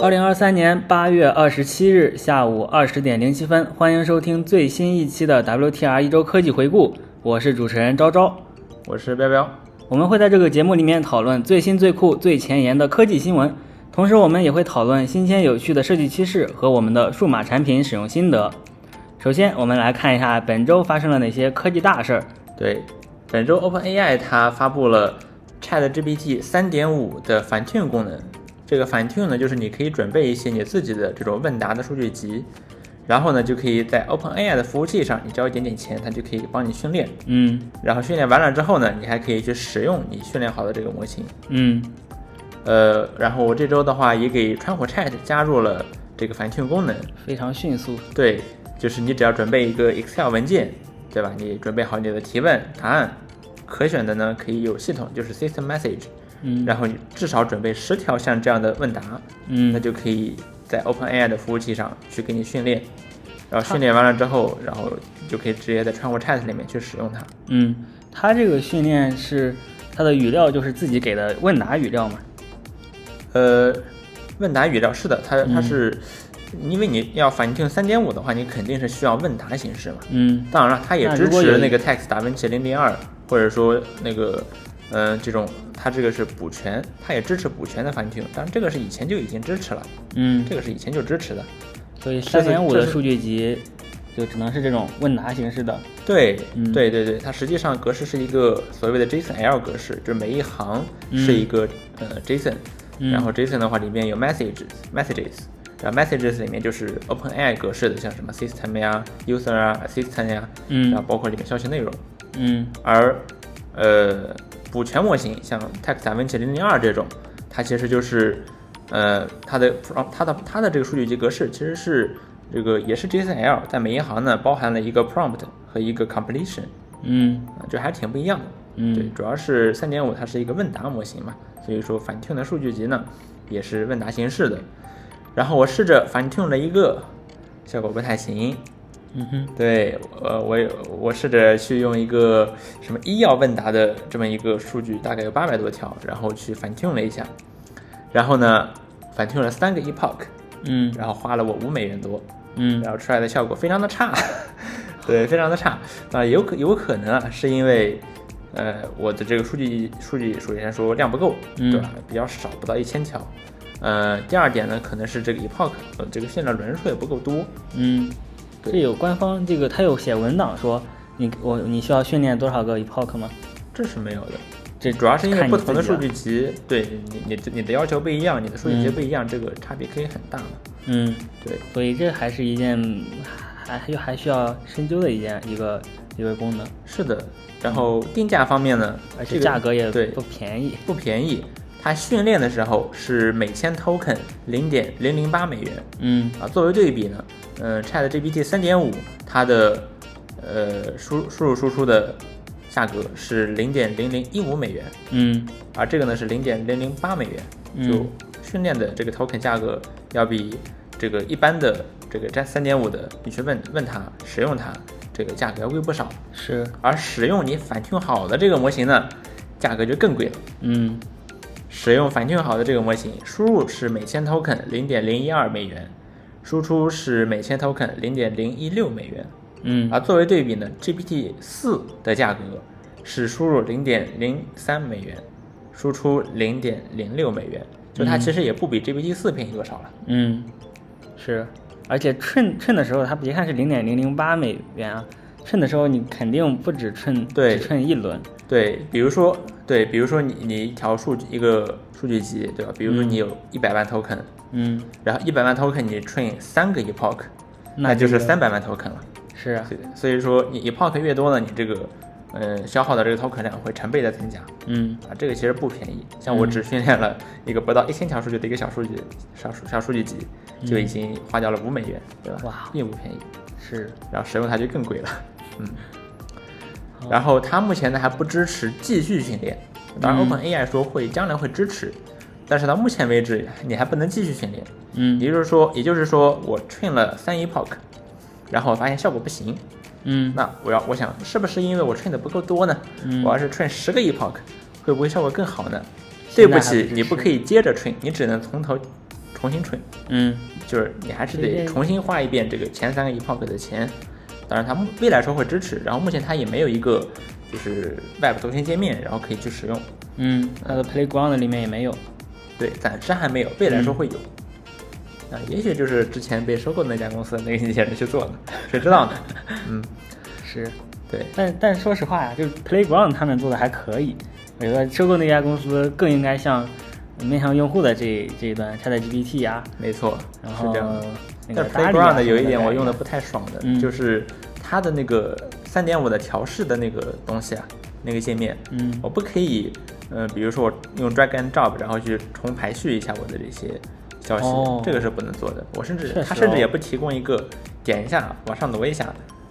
二零二三年八月二十七日下午二十点零七分，欢迎收听最新一期的 WTR 一周科技回顾，我是主持人昭昭。我是彪彪。我们会在这个节目里面讨论最新、最酷、最前沿的科技新闻，同时我们也会讨论新鲜有趣的设计趋势和我们的数码产品使用心得。首先，我们来看一下本周发生了哪些科技大事儿。对，本周 OpenAI 它发布了 ChatGPT 3.5的反 tune 功能。这个反 tune 呢，就是你可以准备一些你自己的这种问答的数据集，然后呢，就可以在 OpenAI 的服务器上，你交一点点钱，它就可以帮你训练。嗯然后训练完了之后呢，你还可以去使用你训练好的这个模型。嗯呃，然后我这周的话也给川火 Chat 加入了这个反 tune 功能。嗯非常迅速。对，就是你只要准备一个 Excel 文件，对吧？你准备好你的提问、答案，可选的呢可以有系统，就是 system message，嗯然后你至少准备十条像这样的问答，那嗯，就可以在 OpenAI 的服务器上去给你训练，然后训练完了之后，然后就可以直接在川户 Chat 里面去使用它。嗯，它这个训练是它的语料就是自己给的问答语料嘛？呃，问答语料是的，它它嗯是。因为你要反 tune 三点五的话，你肯定是需要问答形式嘛。嗯当然了，它也那支如果有持那个 Text 达芬奇零零二，或者说那个，呃，这种它这个是补全，它也支持补全的繁体。当然，这个是以前就已经支持了，嗯，这个是以前就支持的。所以这三是点五这的是数据集就只能是这种问答形式的。对，嗯对对对，它实际上格式是一个所谓的 JSON-L 格式，就是每一行是一个、呃 JSON，、嗯然后 JSON 的话里面有 message messages，然后 messages 里面就是 OpenAI 格式的，像什么 system 呀、user 啊、assistant 呀，嗯然后包括里面消息内容。嗯而呃补全模型，像 Text d a v i n c 零零二这种，它其实就是呃它的 prompt 它的它的这个数据集格式其实是这个也是 JSON-L，但每一行呢包含了一个 prompt 和一个 completion，嗯啊，就还挺不一样的。嗯对，主要是三点五它是一个问答模型嘛，所以说反 tune 的数据集呢也是问答形式的。然后我试着反 tune 了一个，效果不太行，嗯哼对，呃，我有我试着去用一个什么医药问答的这么一个数据，大概有八百多条，然后去反 tune 了一下，然后呢，反 tune 了三个 epoch，嗯然后花了我五美元多，嗯然后出来的效果非常的差， 对，非常的差。啊，有可有可能啊，是因为，呃，我的这个数据数据首先说量不够，嗯对吧？比较少，不到一千条。呃，第二点呢，可能是这个 epoch，呃，这个现在轮数也不够多，嗯，对这有官方这个，它有写文档说你我你需要训练多少个 epoch 吗？这是没有的。这主要是因为看你不同的自己啊数据集，对你你你的要求不一样，你的数据集不一样，这个差别可以很大嘛。嗯，对，所以这还是一件还还还需要深究的一件一个一个功能，是的。然后定价方面呢，嗯而这且个价格也对不便宜。不便宜。它训练的时候是每千 token 零点零零八美元嗯啊。作为对比呢，嗯、c h a t GPT 三点五它的呃输输入输出的价格是零点零零一五美元，嗯而这个呢是零点零零八美元，嗯就训练的这个 token 价格要比这个一般的这个占三点五的，你去问问他使用它，这个价格要贵不少。是而使用你反 tune 好的这个模型呢，价格就更贵了。嗯使用反 tune 好的这个模型，输入是每千 token 零点零一二美元，输出是每千 token 零点零一六美元。嗯啊而作为对比呢，GPT 四的价格是输入零点零三美元，输出零点零六美元，就它其实也不比 GPT 四便宜多少了。嗯，是，而且称称的时候，它别看是零点零零八美元啊，称的时候你肯定不止称，对只称一轮。对，比如说，对，比如说你你一条数据一个数据集，对吧？比如说你有一百万 token，、嗯，然后一百万 token 你 train 三个 epoch，那那就是这个三百万 token 了。是啊，所以所以说你 epoch 越多呢，你这个呃消耗的这个 token 量会成倍的增加。嗯啊，这个其实不便宜。像我只训练了一个不到一千条数据的一个小数据小数小数据集，就已经花掉了五美元，对吧？哇并不便宜。是，然后使用它就更贵了，嗯。 然后它目前呢还不支持继续训练，当然 OpenAI 说会将来会支持，但是到目前为止你还不能继续训练。嗯也就是说，也就是说我 train 了三 epoch，然后我发现效果不行，嗯那我要我想是不是因为我 train 的不够多呢？嗯我要是 train 十个 epoch，会不会效果更好呢？对现在不还不起支，持你不可以接着 train，你只能从头重新蠢，嗯就是你还是对得对重新花一遍这个前三个 epoch 的钱。当然，它目未来说会支持，然后目前它也没有一个就是 Web 头衔界面，然后可以去使用。嗯，它的 Playground 里面也没有。对，暂时还没有，未来说会有。嗯啊，也许就是之前被收购的那家公司的那个经纪人去做的，谁知 道呢？嗯，是，对，但但说实话呀，啊就是 Playground 他们做的还可以，我觉得收购那家公司更应该向面向用户的这这一端 ChatGPT 啊，没错，然是后这样的。那但个 Playground 的 Dali 啊有一什么点我用的的不太爽的，嗯就是它的那个三点五的调试的那个东西啊，那个界面，嗯我不可以，嗯、比如说我用 drag and drop，然后去重排序一下我的这些消息，哦这个是不能做的。我甚至确它实甚至哦也不提供一个点一下啊往上挪一下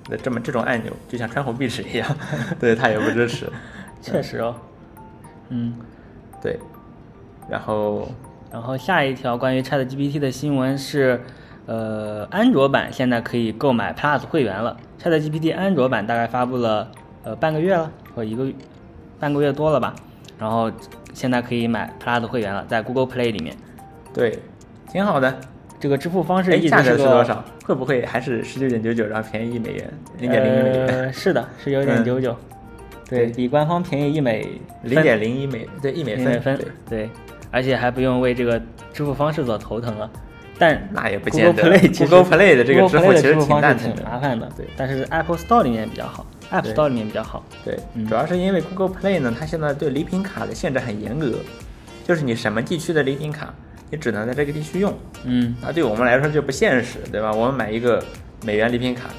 的这么这种按钮，就像穿孔壁纸一样， 对它也不支持。 确实哦，嗯。对，然后然后下一条关于 Chat GPT 的新闻是，呃，安卓版现在可以购买 Plus 会员了。Chat GPT 安卓版大概发布了呃半个月了，或一个月半个月多了吧。然后现在可以买 Plus 会员了，在 Google Play 里面。对，挺好的。这个支付方式哎，一直价格是是个多少？？会不会还是十九点九九，然后便宜一美元，零点零一美元？呃，是的，十九点九九，对对比官方便宜一美零分点零一美，对，一美一分，美分对，，对，而且还不用为这个支付方式所头疼了。但那也不 Google 见得。 Play 其实 Google Play 的这个支 Google 付 Play 的其实支付挺方蛋式疼挺麻的，烦的，对但是 Apple Store 里面比较好，App 对 Store 里面比较好。对，嗯主要是因为 Google Play 呢，它现在对礼品卡的限制很严格，就是你什么地区的礼品卡，你只能在这个地区用。嗯，那对我们来说就不现实，对吧？我们买一个美元礼品卡，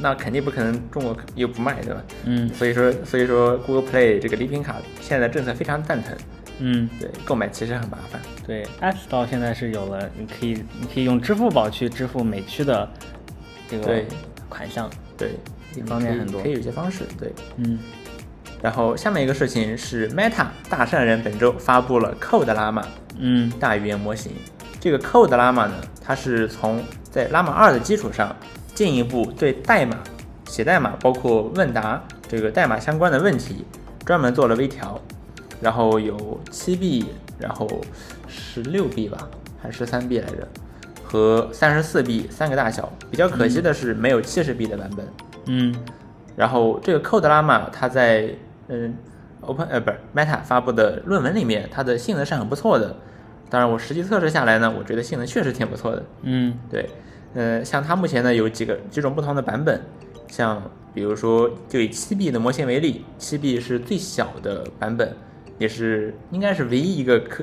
那肯定不可能中国又不卖，对吧？嗯所以说，所以说 Google Play 这个礼品卡现在政策非常蛋疼，嗯，对，购买其实很麻烦。对，App Store 现在是有了，你可以你可以用支付宝去支付每区的这个对款项。对，这方面嗯可以很多可以有些方式，对。嗯，然后下面一个事情是 Meta 大善人本周发布了 Code Llama 嗯大语言模型。这个 Code Llama 呢，它是从在 Llama 二的基础上进一步对代码、写代码，包括问答这个代码相关的问题，专门做了微调。然后有七 B，然后十六 B 吧，还是三 B 来着，和三十四 B 三个大小。比较可惜的是没有七十 B 的版本。嗯然后这个 Code Llama 它在嗯 Open 呃不是 Meta 发布的论文里面，它的性能是很不错的。当然，我实际测试下来呢，我觉得性能确实挺不错的。嗯对，呃，像它目前呢有几个几种不同的版本，像比如说就以七 B 的模型为例，七 B 是最小的版本，也是应该是唯一一个可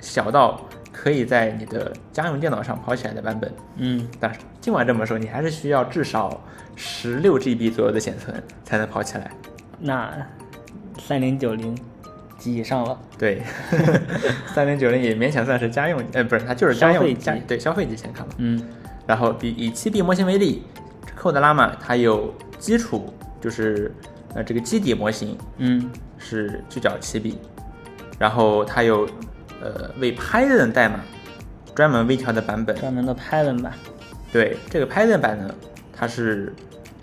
小到可以在你的家用电脑上跑起来的版本。嗯，但是尽管这么说，你还是需要至少十六 GB 左右的显存才能跑起来。那三零九零及以上了。对， 三零九零也勉强算是家用，呃，不是，它就是家消用费家级对消费级显卡嘛。嗯然后以以七 B 模型为例，Code Llama 它有基础，就是呃这个基底模型嗯是就叫七 B，然后它有呃为 Python 代码专门微调的版本，专门的 Python 版。对，这个 Python 版呢，它是，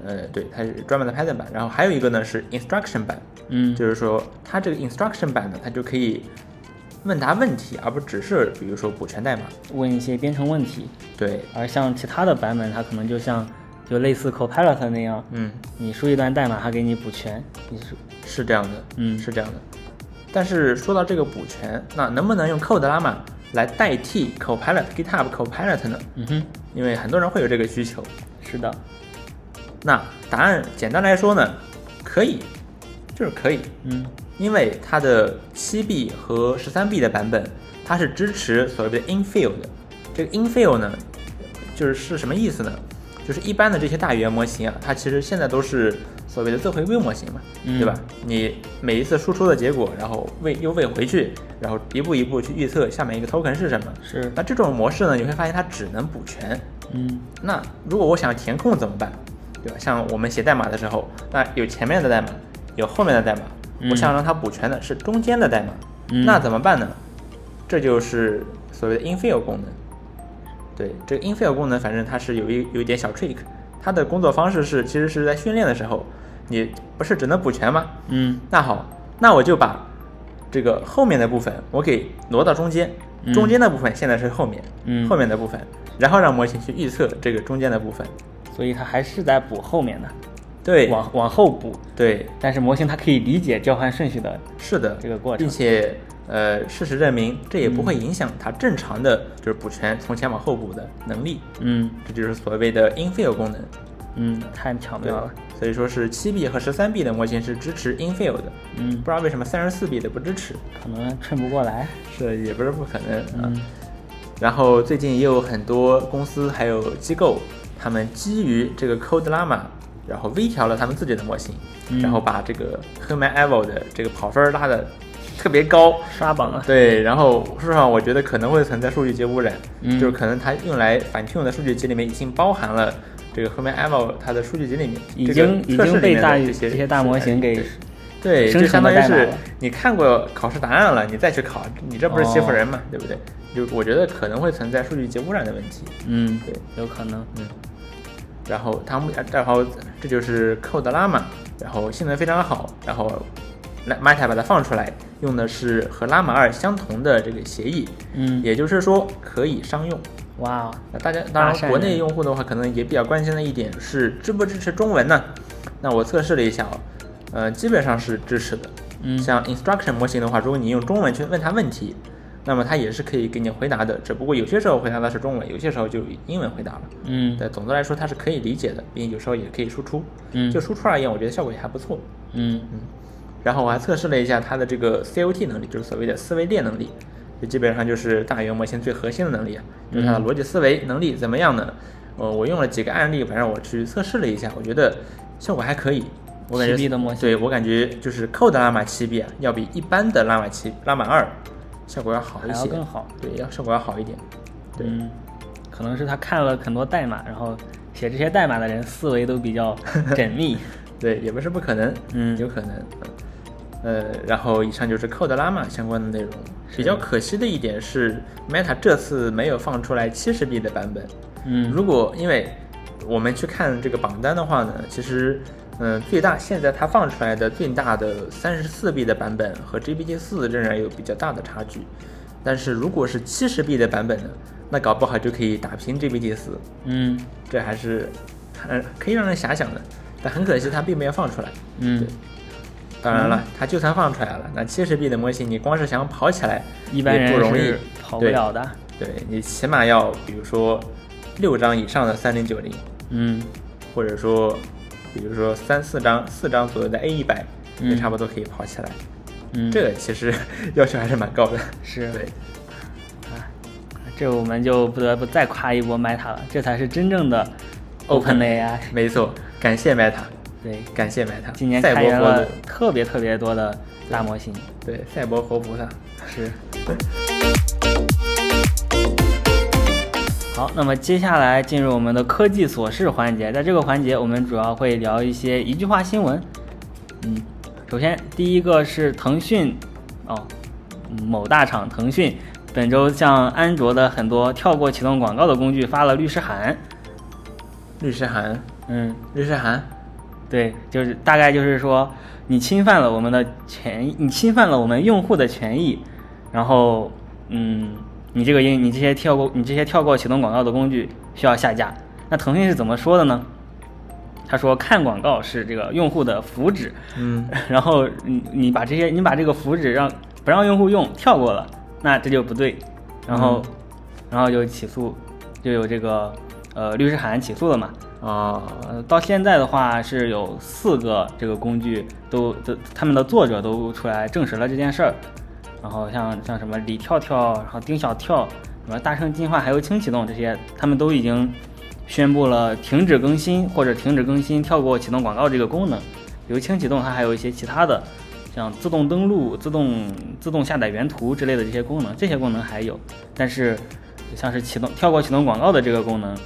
呃，对，它是专门的 Python 版。然后还有一个呢是 Instruction 版，嗯，就是说它这个 Instruction 版呢，它就可以问答问题，而不只是比如说补全代码。问一些编程问题，对，而像其他的版本，它可能就像就类似 Copilot 那样，嗯，你输一段代码，它给你补全。你输是这样的，嗯是这样的。但是说到这个补全，那能不能用 Code Llama 来代替 Copilot、GitHub Copilot 呢？嗯哼，因为很多人会有这个需求。是的，那答案简单来说呢，可以，就是可以。嗯因为它的七 B 和十三 B 的版本，它是支持所谓的 infill 的。这个 infill 呢，就是是什么意思呢？就是一般的这些大语言模型啊，它其实现在都是所谓的自回归模型嘛，嗯对吧？你每一次输出的结果，然后喂又喂回去，然后一步一步去预测下面一个 token 是什么。是那这种模式呢，你会发现它只能补全，嗯那如果我想填空怎么办？对吧？像我们写代码的时候，那有前面的代码，有后面的代码，嗯我想让它补全的是中间的代码，嗯那怎么办呢？这就是所谓的 infill 功能。对，这个 infill 功能，反正它是有一有一点小 trick，它的工作方式是，其实是在训练的时候，你不是只能补全吗？嗯那好，那我就把这个后面的部分我给挪到中间，嗯中间的部分现在是后面，嗯后面的部分，然后让模型去预测这个中间的部分。所以它还是在补后面的，对，往往后补。对，但是模型它可以理解交换顺序的，是的，这个过程嗯并且呃，事实证明这也不会影响它正常的就是补全从前往后补的能力，嗯这就是所谓的 infill 功能。嗯，太巧对妙吧了，？所以说是七 B 和十三 B 的模型是支持 infill 的，嗯不，知道为什么三十四 B 的不支持，可能衬不过来，是也不是不可能啊。嗯然后最近也有很多公司还有机构，他们基于这个 Code Llama，然后微调了他们自己的模型，嗯然后把这个 Human Evo 的这个跑分儿拉的特别高。刷榜啊了，对，然后事实上我觉得可能会存在数据集污染，嗯就是可能它用来反 tune 的数据集里面已经包含了这个 Human Evo 它的数据集里面已这个经已测试经里被面大的这这些些大模型给对，生就成相的当于代码是了你看过考试答案了，你再去考，你这不是欺负人嗯嘛，对不对？就我觉得可能会存在数据集污染的问题。嗯对，有可能，嗯，然后他们，然后这就是 Code Llama，然后性能非常好，然后来 Meta 把它放出来，用的是和 Llama 二相同的这个协议，嗯，也就是说可以商用。哇哦，那大家当大善然，国人内用户的话，可能也比较关心的一点是支不支持中文呢？那我测试了一下哦，呃，基本上是支持的。嗯像 instruction 模型的话，如果你用中文去问它问题，那么它也是可以给你回答的，只不过有些时候回答的是中文，有些时候就以英文回答了。嗯对，总的来说它是可以理解的，并且有时候也可以输出。嗯就输出而言，我觉得效果也还不错。嗯嗯，然后我还测试了一下它的这个 COT 能力，就是所谓的思维链能力，就基本上就是大语言模型最核心的能力啊，就是嗯它的逻辑思维能力怎么样呢？呃，我用了几个案例，反正我去测试了一下，我觉得效果还可以。我感觉 7B 的模型对我感觉就是 Code 拉玛七 B 啊，要比一般的拉玛七拉玛二效果要好一还要些，更好对，要效果要好一点。对，嗯，可能是他看了很多代码，然后写这些代码的人思维都比较缜 密，对，也不是不可能，嗯有可能，嗯呃，然后以上就是 Code Llama 相关的内容。比较可惜的一点是，Meta 这次没有放出来七十 B 的版本。嗯如果因为我们去看这个榜单的话呢，其实，嗯、最大现在它放出来的最大的三十四 B 的版本和 GPT 四仍然有比较大的差距。但是如果是七十 B 的版本呢，那搞不好就可以打平 GPT 四。嗯这还是很可以让人遐想的，但很可惜它并没有放出来。嗯对，当然了，它就算放出来了，那七十 B 的模型，你光是想跑起来，一般也人不容易是跑不了的，对。对你起码要，比如说六张以上的三零九零，嗯或者说，比如说三四张、四张左右的 A 一百，嗯也差不多可以跑起来。嗯，这个其实 要求还是蛮高的。是对，啊，这我们就不得不再夸一波 Meta 了，这才是真正的 Open OpenAI。没错，感谢 Meta，对，感谢 Meta，今年赛开博源活了菩特别特别多的大模型。对，赛博活菩萨。是。对好，那么接下来进入我们的科技琐事环节，在这个环节我们主要会聊一些一句话新闻。嗯，首先第一个是腾讯，哦，嗯某大厂腾讯本周向安卓的很多跳过启动广告的工具发了律师函。律师函，嗯，律师函，对，就是大概就是说，你侵犯了我们的权益，你侵犯了我们用户的权益，然后，嗯，你这个应你这些跳过你这些跳过启动广告的工具需要下架。那腾讯是怎么说的呢？他说看广告是这个用户的福祉，嗯，然后你你把这些你把这个福祉让不让用户用跳过了，那这就不对，然后、嗯然后就起诉，就有这个呃律师函起诉了嘛，哦，呃，到现在的话是有四个这个工具都都他们的作者都出来证实了这件事儿，然后像像什么李跳跳，然后丁小跳，什么大圣进化，还有轻启动这些，他们都已经宣布了停止更新或者停止更新跳过启动广告这个功能。比如轻启动它还有一些其他的，像自动登录、自动自动下载原图之类的这些功能，这些功能还有，但是像是启动跳过启动广告的这个功能，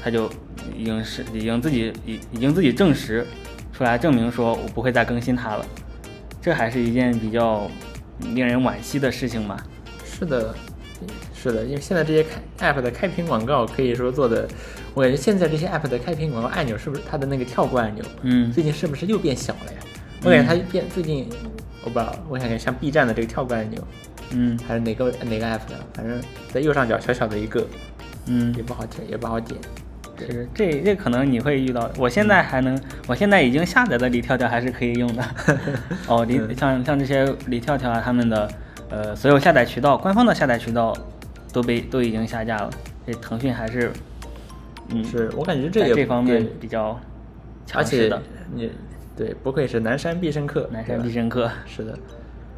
它就已经是已经自己已已经自己证实出来，证明说我不会再更新它了。这还是一件比较令人惋惜的事情嘛。是的，是的，因为现在这些开 app 的开屏广告可以说做的，我感觉现在这些 app 的开屏广告按钮是不是它的那个跳过按钮，嗯最近是不是又变小了呀？我感觉它变最近，我不知道，我感觉像 B 站的这个跳过按钮嗯还是哪个哪个 app 的，反正在右上角小小的一个，嗯也，不好点，也不好点。是这这可能你会遇到。我现在还能，我现在已经下载的李跳跳还是可以用 的。哦，李像像这些李跳跳啊，他们的呃所有下载渠道，官方的下载渠道都被都已经下架了。这腾讯还是嗯是我感觉这在也这方面对比较强而势且的，你对不愧是南山必胜客，南对山吧必胜客。是的，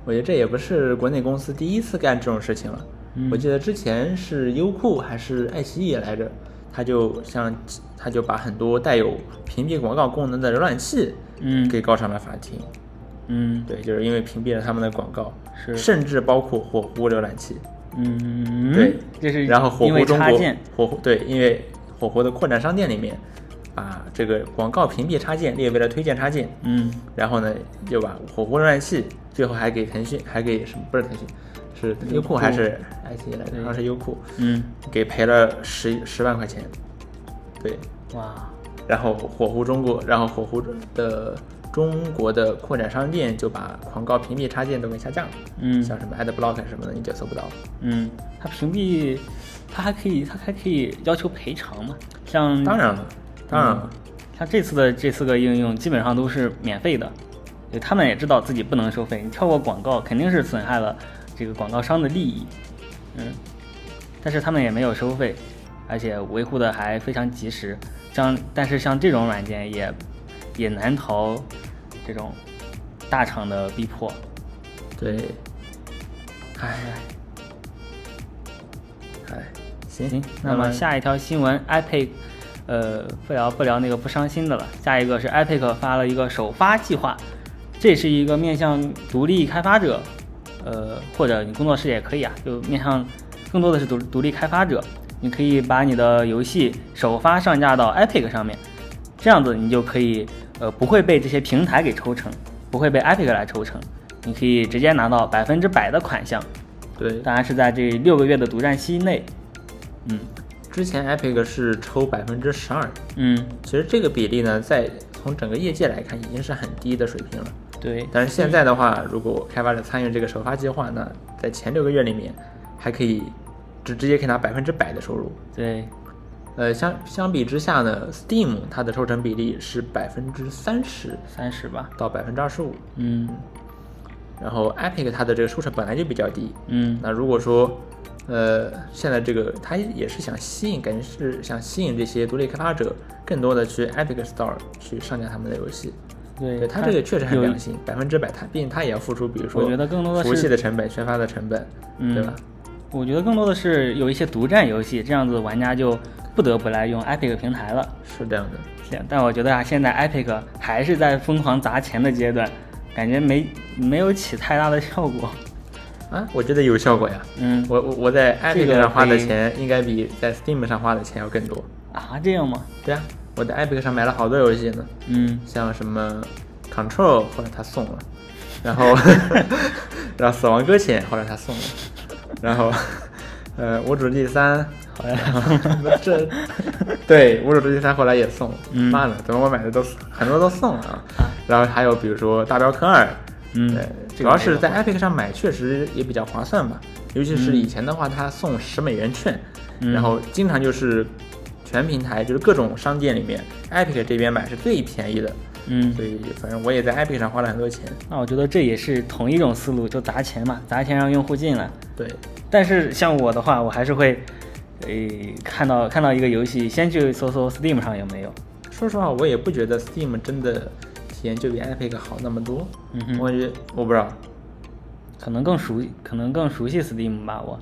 我觉得这也不是国内公司第一次干这种事情了。嗯我记得之前是优酷还是爱奇艺来着，它就嗯像它就把很多带有屏蔽广告功能的浏览器，嗯给告上了法庭。嗯对，就是因为屏蔽了他们的广告，是甚至包括火狐浏览器。嗯，对，这是然后火因狐为中插国件，火狐对，因为火狐的扩展商店里面，把这个广告屏蔽插件列为了推荐插件。嗯然后呢，就把火狐浏览器，最后还给腾讯，还给什么不是腾讯，是优酷还是爱奇艺来着？对好像是优酷，嗯，给赔了十十万块钱。对，哇，然后火狐中国，然后火狐的呃中国的扩展商店就把广告屏蔽插件都给下架了，嗯像什么 AdBlock 什么的你就搜不到了。嗯，它屏蔽，它还可以，它还可以要求赔偿嘛？像当然了，当然了，像这次的这四个应用基本上都是免费的，对他们也知道自己不能收费，你跳过广告肯定是损害了这个广告商的利益，嗯，但是他们也没有收费，而且维护的还非常及时。像但是像这种软件也也难逃这种大厂的逼迫，对，唉，唉，行行，那么下一条新闻，Epic，呃，不聊不聊那个不伤心的了。下一个是 Epic 发了一个首发计划，这是一个面向独立开发者，呃，或者你工作室也可以啊，就面向更多的是独独立开发者，你可以把你的游戏首发上架到 Epic 上面，这样子你就可以呃不会被这些平台给抽成，不会被 Epic 来抽成，你可以直接拿到百分之百的款项，对，当然是在这六个月的独占期内，嗯。之前 Epic 是抽百分之十二，嗯，其实这个比例呢，在从整个业界来看已经是很低的水平了。对，但是现在的话，如果开发者参与这个首发计划呢，在前六个月里面，还可以直直接可以拿百分之百的收入。对，呃，相相比之下呢，Steam 它的抽成比例是百分之三十三十吧。到百分之二十五，嗯然后 Epic 它的这个抽成本来就比较低，嗯那如果说，呃，现在这个它也是想吸引，感觉是想吸引这些独立开发者更多的去 Epic Store 去上架他们的游戏。对对，它这个确实很有良心，百分之百它，毕竟它也要付出，比如说我觉得更多的服务器是嗯的成本、宣发的成本，对吧？我觉得更多的是有一些独占游戏，这样子玩家就不得不来用 Epic 平台了。是这样的。这样但我觉得啊，现在 Epic 还是在疯狂砸钱的阶段，感觉没没有起太大的效果。 啊，我觉得有效果呀。嗯我我我在这 Epic 个上花可的以钱，应该比在 Steam 上花的钱要更多。啊，这样吗？对啊，我在 Epic 上买了好多游戏呢。嗯像什么 Control，后来他送了，然 后然后死亡搁浅，后来他送了，然后呃无主之地三，好 呀然后这对无主之地三后来也送了，嗯妈的，怎么我买的都很多都送了啊？然后还有比如说大镖客二，嗯对，这主个要没是有在 Epic 上买确实也比较划算吧，尤其是以前的话，他送十美元券，嗯然后经常就是。全平台就是各种商店里面，Epic 这边买是最便宜的，嗯，所以反正我也在 Epic 上花了很多钱。那我觉得这也是同一种思路，就砸钱嘛，砸钱让用户进来。对，但是像我的话，我还是会，呃，看到看到一个游戏，先去搜搜 Steam 上有没有。说实话，我也不觉得 Steam 真的体验就比 Epic 好那么多。嗯哼我觉我不知道。可能更熟，可能更熟悉 Steam 吧，我。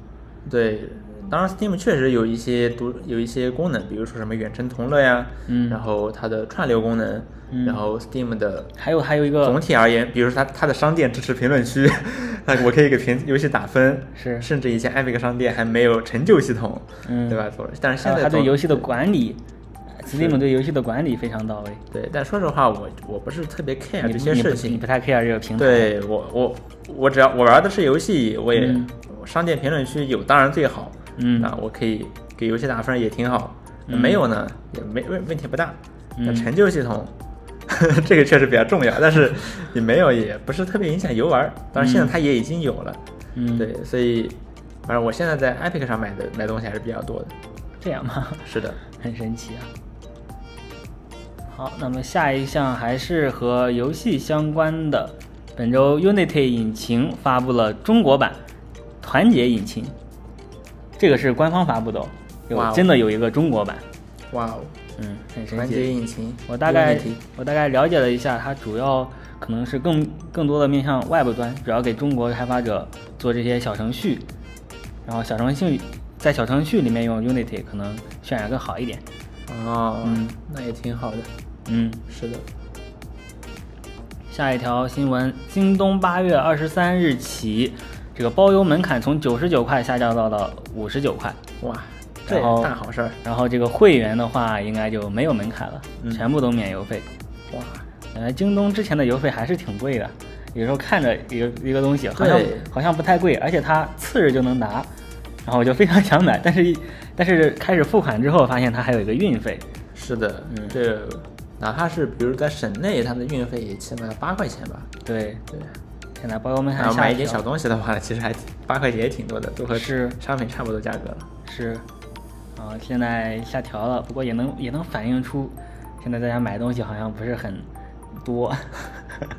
对，当然 Steam 确实有一些独有一些功能，比如说什么远程同乐呀，嗯然后它的串流功能，嗯然后 Steam 的还有还有一总个，体而言，比如说它它的商店支持评论区，那我可以给评游戏打分，是甚至以前 Epic 商店还没有成就系统，嗯对吧？做但是还现有在它对做游戏的管理，Steam 对游戏的管理非常到位。对，但说实话，我我不是特别 care 你这不些你事不你情不。太 care 这个平台。对我我我只要我玩的是游戏，我也、嗯商店评论区有当然最好，嗯啊，我可以给游戏打分也挺好，嗯没有呢也没问问题不大。那嗯成就系统， 这 嗯个确实比较重要，但是你没有也不是特别影响游玩。当然现在它也已经有了，嗯，，对，所以反正我现在在 Epic 上买的买东西还是比较多的。这样吗？是的，很神奇啊。好，那么下一项还是和游戏相关的。本周 Unity 引擎发布了中国版团结引擎，这个是官方发布的、哦，哇有哦真的有一个中国版，哇哦，嗯，很神团奇结。引擎，我大概 Unity 我大概了解了一下，它主要可能是更更多的面向 Web 端，主要给中国开发者做这些小程序，然后小程序在小程序里面用 Unity 可能渲染更好一点。哦，嗯那也挺好的。嗯，是的，下一条新闻，京东八月二十三日起，这个包邮门槛从九十九块下降到了五十九块，哇，这也然后是大好事儿。然后这个会员的话应该就没有门槛了，嗯全部都免邮费。哇，感觉京东之前的邮费还是挺贵的，有时候看着一个一个东西好像对好像不太贵，而且它次日就能拿，然后我就非常想买，但是一但是开始付款之后发现它还有一个运费，是的，嗯这哪怕是比如在省内，它的运费也起码八块钱吧。对，对，现在包邮门然槛后下啊买一点调小东西的话，其实还八块钱也挺多的，都和是商品差不多价格了。是，啊、现在下调了，不过也能也能反映出，现在大家买东西好像不是很多。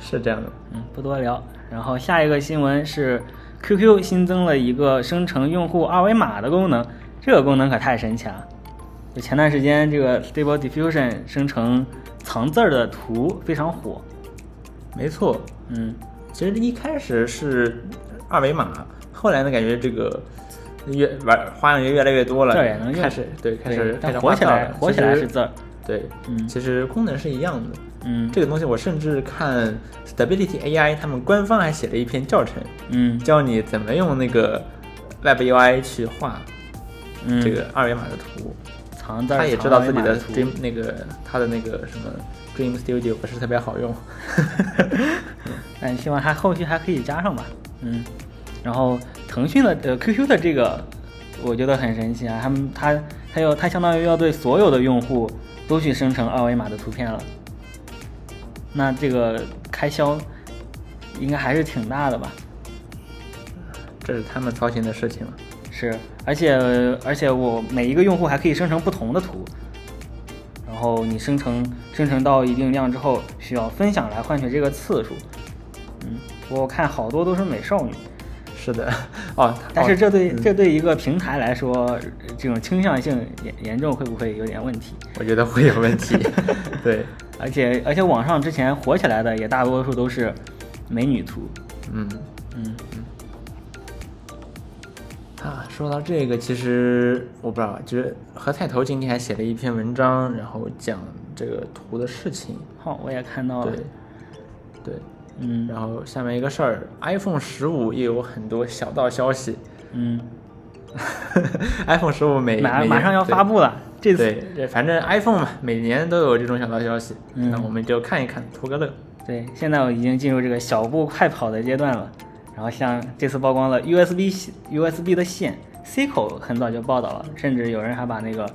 是这样的，嗯，不多聊。然后下一个新闻是，QQ 新增了一个生成用户二维码的功能，这个功能可太神奇了。就前段时间这个 Stable Diffusion 生成藏字儿的图非常火，没错。嗯，其实一开始是二维码，后来呢，感觉这个越玩花样就越来越多了，字儿也能用开始对开始开但始火花起哨来了，火起来是字儿，其实对，嗯其实功能是一样的。嗯，这个东西我甚至看 Stability AI 他们官方还写了一篇教程，嗯教你怎么用那个 Web UI 去画嗯这个二维码的图。藏字儿，他也知道自己的图 Dream 那个他的那个什么 Dream Studio 不是特别好用。 但希望它后续还可以加上吧。嗯，然后腾讯的呃 QQ 的这个，我觉得很神奇啊，他们它它要它相当于要对所有的用户都去生成二维码的图片了，那这个开销应该还是挺大的吧？这是他们操心的事情了。是，而且而且我每一个用户还可以生成不同的图，然后你生成生成到一定量之后，需要分享来换取这个次数。嗯，我看好多都是美少女，是的，哦，但是哦这对、嗯这对一个平台来说，呃这种倾向性严严重会不会有点问题？我觉得会有问题。 对，而且而且网上之前火起来的也大多数都是美女图，嗯嗯啊，说到这个，其实我不知道，就是何菜头今天还写了一篇文章，然后讲这个图的事情。好、我也看到了对，，对，嗯然后下面一个事儿，iPhone 十五也有很多小道消息。 嗯， iPhone 十五每马每马上要发布了，这对次呃对，这反正 iPhone 嘛，每年都有这种小道消息，嗯那我们就看一看，图个乐。对，现在我已经进入这个小步快跑的阶段了。然后像这次曝光了 USB 线 USB 的线，C 口很早就报道了，甚至有人还把那个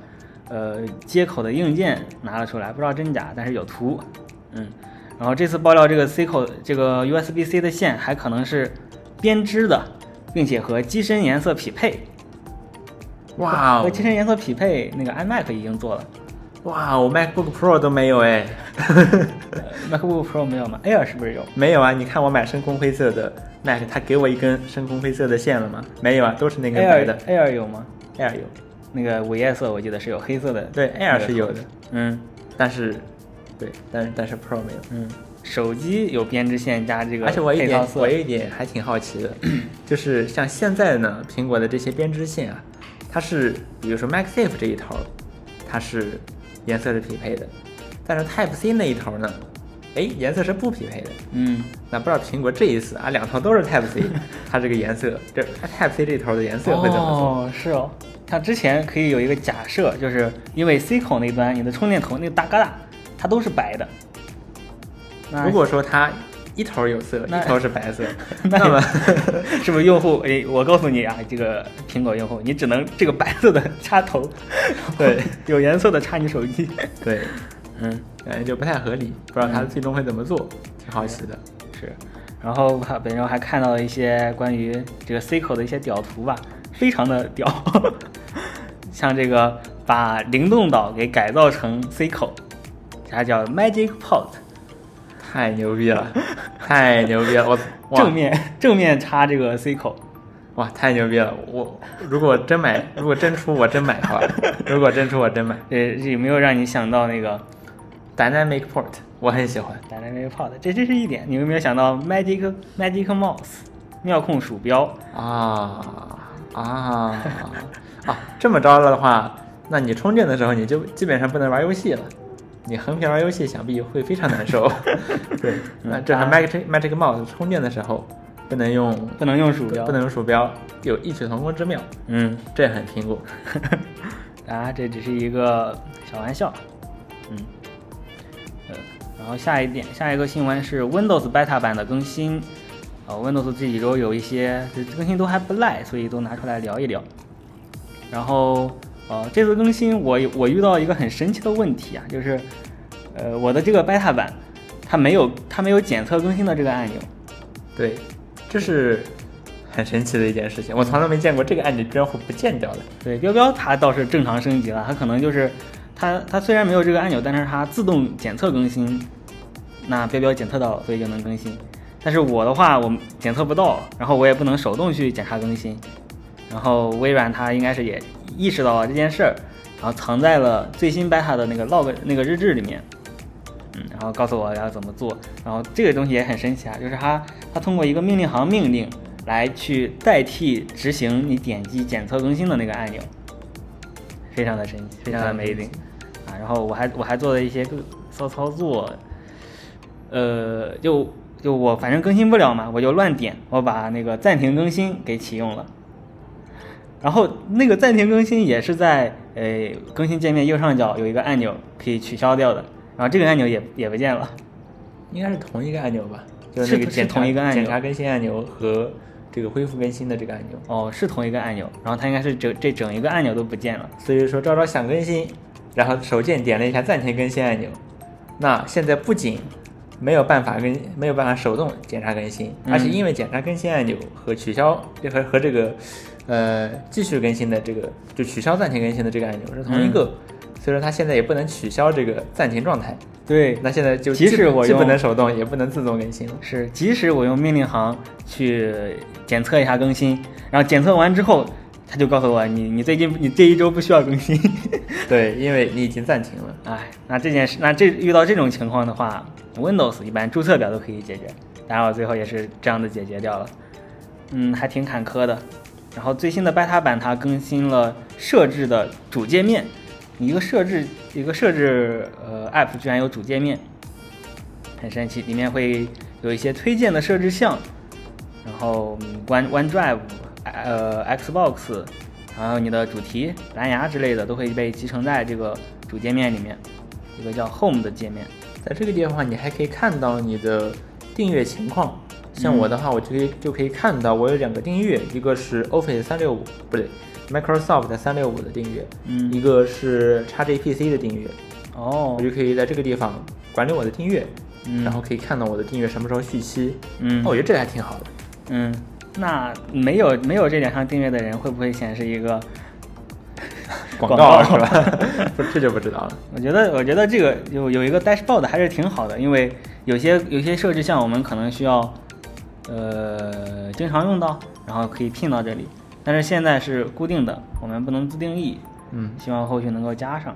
呃接口的硬件拿了出来，不知道真假，但是有图。嗯，然后这次爆料这个 C 口这个 USB C 的线还可能是编织的，并且和机身颜色匹配。哇和哦，机身颜色匹配，那个 iMac 已经做了、哇哦，MacBook Pro 都没有哎， 呃 MacBook Pro 没有吗？Air 是不是有？没有啊！你看我买深空灰色的 Mac，它给我一根深空灰色的线了吗？没有啊，都是那根白 Air 的。 Air 有吗？ Air 有，那个午夜色我记得是有黑色的，对，Air 是有的，嗯但是，对，但是但是 Pro 没有。嗯，手机有编织线加这个而且我有一配套点，色我有一点还挺好奇的，就是像现在呢，苹果的这些编织线啊，它是比如说 MagSafe 这一头，它是颜色是匹配的，但是 Type C 那一头呢，哎，颜色是不匹配的。嗯，那不知道苹果这一次啊，两头都是 Type C，它 这个颜色，这 Type C 这头的颜色会怎么做？哦，是哦，像之前可以有一个假设，就是因为 C 口那端你的充电头那个大疙瘩，它都是白的，那如果说它一头有色，那一头是白色， 那那么 是不是用户？哎，我告诉你啊，这个苹果用户，你只能这个白色的插头，对， 有颜色的插你手机， 对，嗯。感觉就不太合理，不知道它最终会怎么做，挺好奇的。是，然后我本周还看到了一些关于这个 C 口的一些屌图吧，非常的屌， 像这个把灵动岛给改造成 C 口，它叫 Magic Pot，太牛逼了，太牛逼了！我哇正面正面插这个 C 口，哇，太牛逼了！我如果真买，如果真出，我真买， 好吧？如果真出，我真买。呃，有没有让你想到那个 Dynamic Port，我很喜欢。 Dynamic Pod？这这是一点，你有没有想到 Magic Magic Mouse 妙控鼠标？啊啊啊！这么着了的话，那你充电的时候你就基本上不能玩游戏了，你横屏玩游戏想必会非常 难受。对，嗯那这和啊 Magic Magic Mouse 充电的时候不能用不能用鼠标，不能用鼠标，有异曲同工之妙，嗯，这很苹果。 啊，这只是一个小玩笑，嗯，呃，然后下一点，下一个新闻是 Windows Beta 版的更新，呃，Windows 这几周有一些这更新都还不赖，所以都拿出来聊一聊。然后，呃，这次更新我我遇到一个很神奇的问题啊，就是，呃，我的这个 beta 版它没有它没有检测更新的这个按钮，对，这是很神奇的一件事情，我从来没见过这个按钮居然会不见掉的。对，标标它倒是正常升级了，它可能就是它它虽然没有这个按钮，但是它自动检测更新，那标标检测到了，所以就能更新。但是我的话，我检测不到，然后我也不能手动去检查更新。然后微软它应该是也意识到了这件事儿，然后藏在了最新 beta 的那个 log 那个日志里面，嗯，然后告诉我要怎么做。然后这个东西也很神奇啊，就是它它通过一个命令行命令来去代替执行你点击检测更新的那个按钮，非常的神奇，非常的非常神 amazing 奇啊。然后我还我还做了一些个骚操作，呃，就就我反正更新不了嘛，我就乱点，我把那个暂停更新给启用了。然后那个暂停更新也是在呃更新界面右上角有一个按钮可以取消掉的，然后这个按钮也也不见了。应该是同一个按钮吧？是就是那个是检查同一个按钮检查更新按钮和这个恢复更新的这个按钮。哦，是同一个按钮，然后它应该是整这整一个按钮都不见了。所以说，昭昭想更新，然后手贱点了一下暂停更新按钮。那现在不仅没有办法更，没有办法手动检查更新，嗯而且因为检查更新按钮和取消和和这个呃继续更新的这个就取消暂停更新的这个按钮是同一个，嗯所以说它现在也不能取消这个暂停状态。对，那现在就即使不我既不用能手动，也不能自动更 新了。是即使我用命令行去检测一下更新，然后检测完之后，它就告诉我你你最近你这一周不需要更新。对，因为你已经暂停了。哎，那这件事，那这遇到这种情况的话，Windows 一般注册表都可以解决，当然我最后也是这样的解决掉了，嗯，还挺坎坷的。然后最新的 beta 版它更新了设置的主界面，你一个设置一个设置呃 app 居然有主界面，很神奇，里面会有一些推荐的设置项，然后嗯 One OneDrive 呃 Xbox，还有你的主题、蓝牙之类的都会被集成在这个主界面里面，一个叫 Home 的界面。在这个地方，你还可以看到你的订阅情况。像我的话，我就可以就可以看到我有两个订阅，一个是 Office 三六五，不对，Microsoft 三六五的订阅，嗯一个是 XGPC 的订阅，哦我，就可以在这个地方管理我的订阅，嗯然后可以看到我的订阅什么时候续期。哦嗯那我觉得这还挺好的。嗯，那没有没有这两项订阅的人会不会显示一个？广告是吧？ 不，这就不知道了。我觉得我觉得这个有有一个 dashboard 还是挺好的，因为有些有些设置项我们可能需要，呃，经常用到，然后可以拼到这里。但是现在是固定的，我们不能自定义，嗯，希望后续能够加上。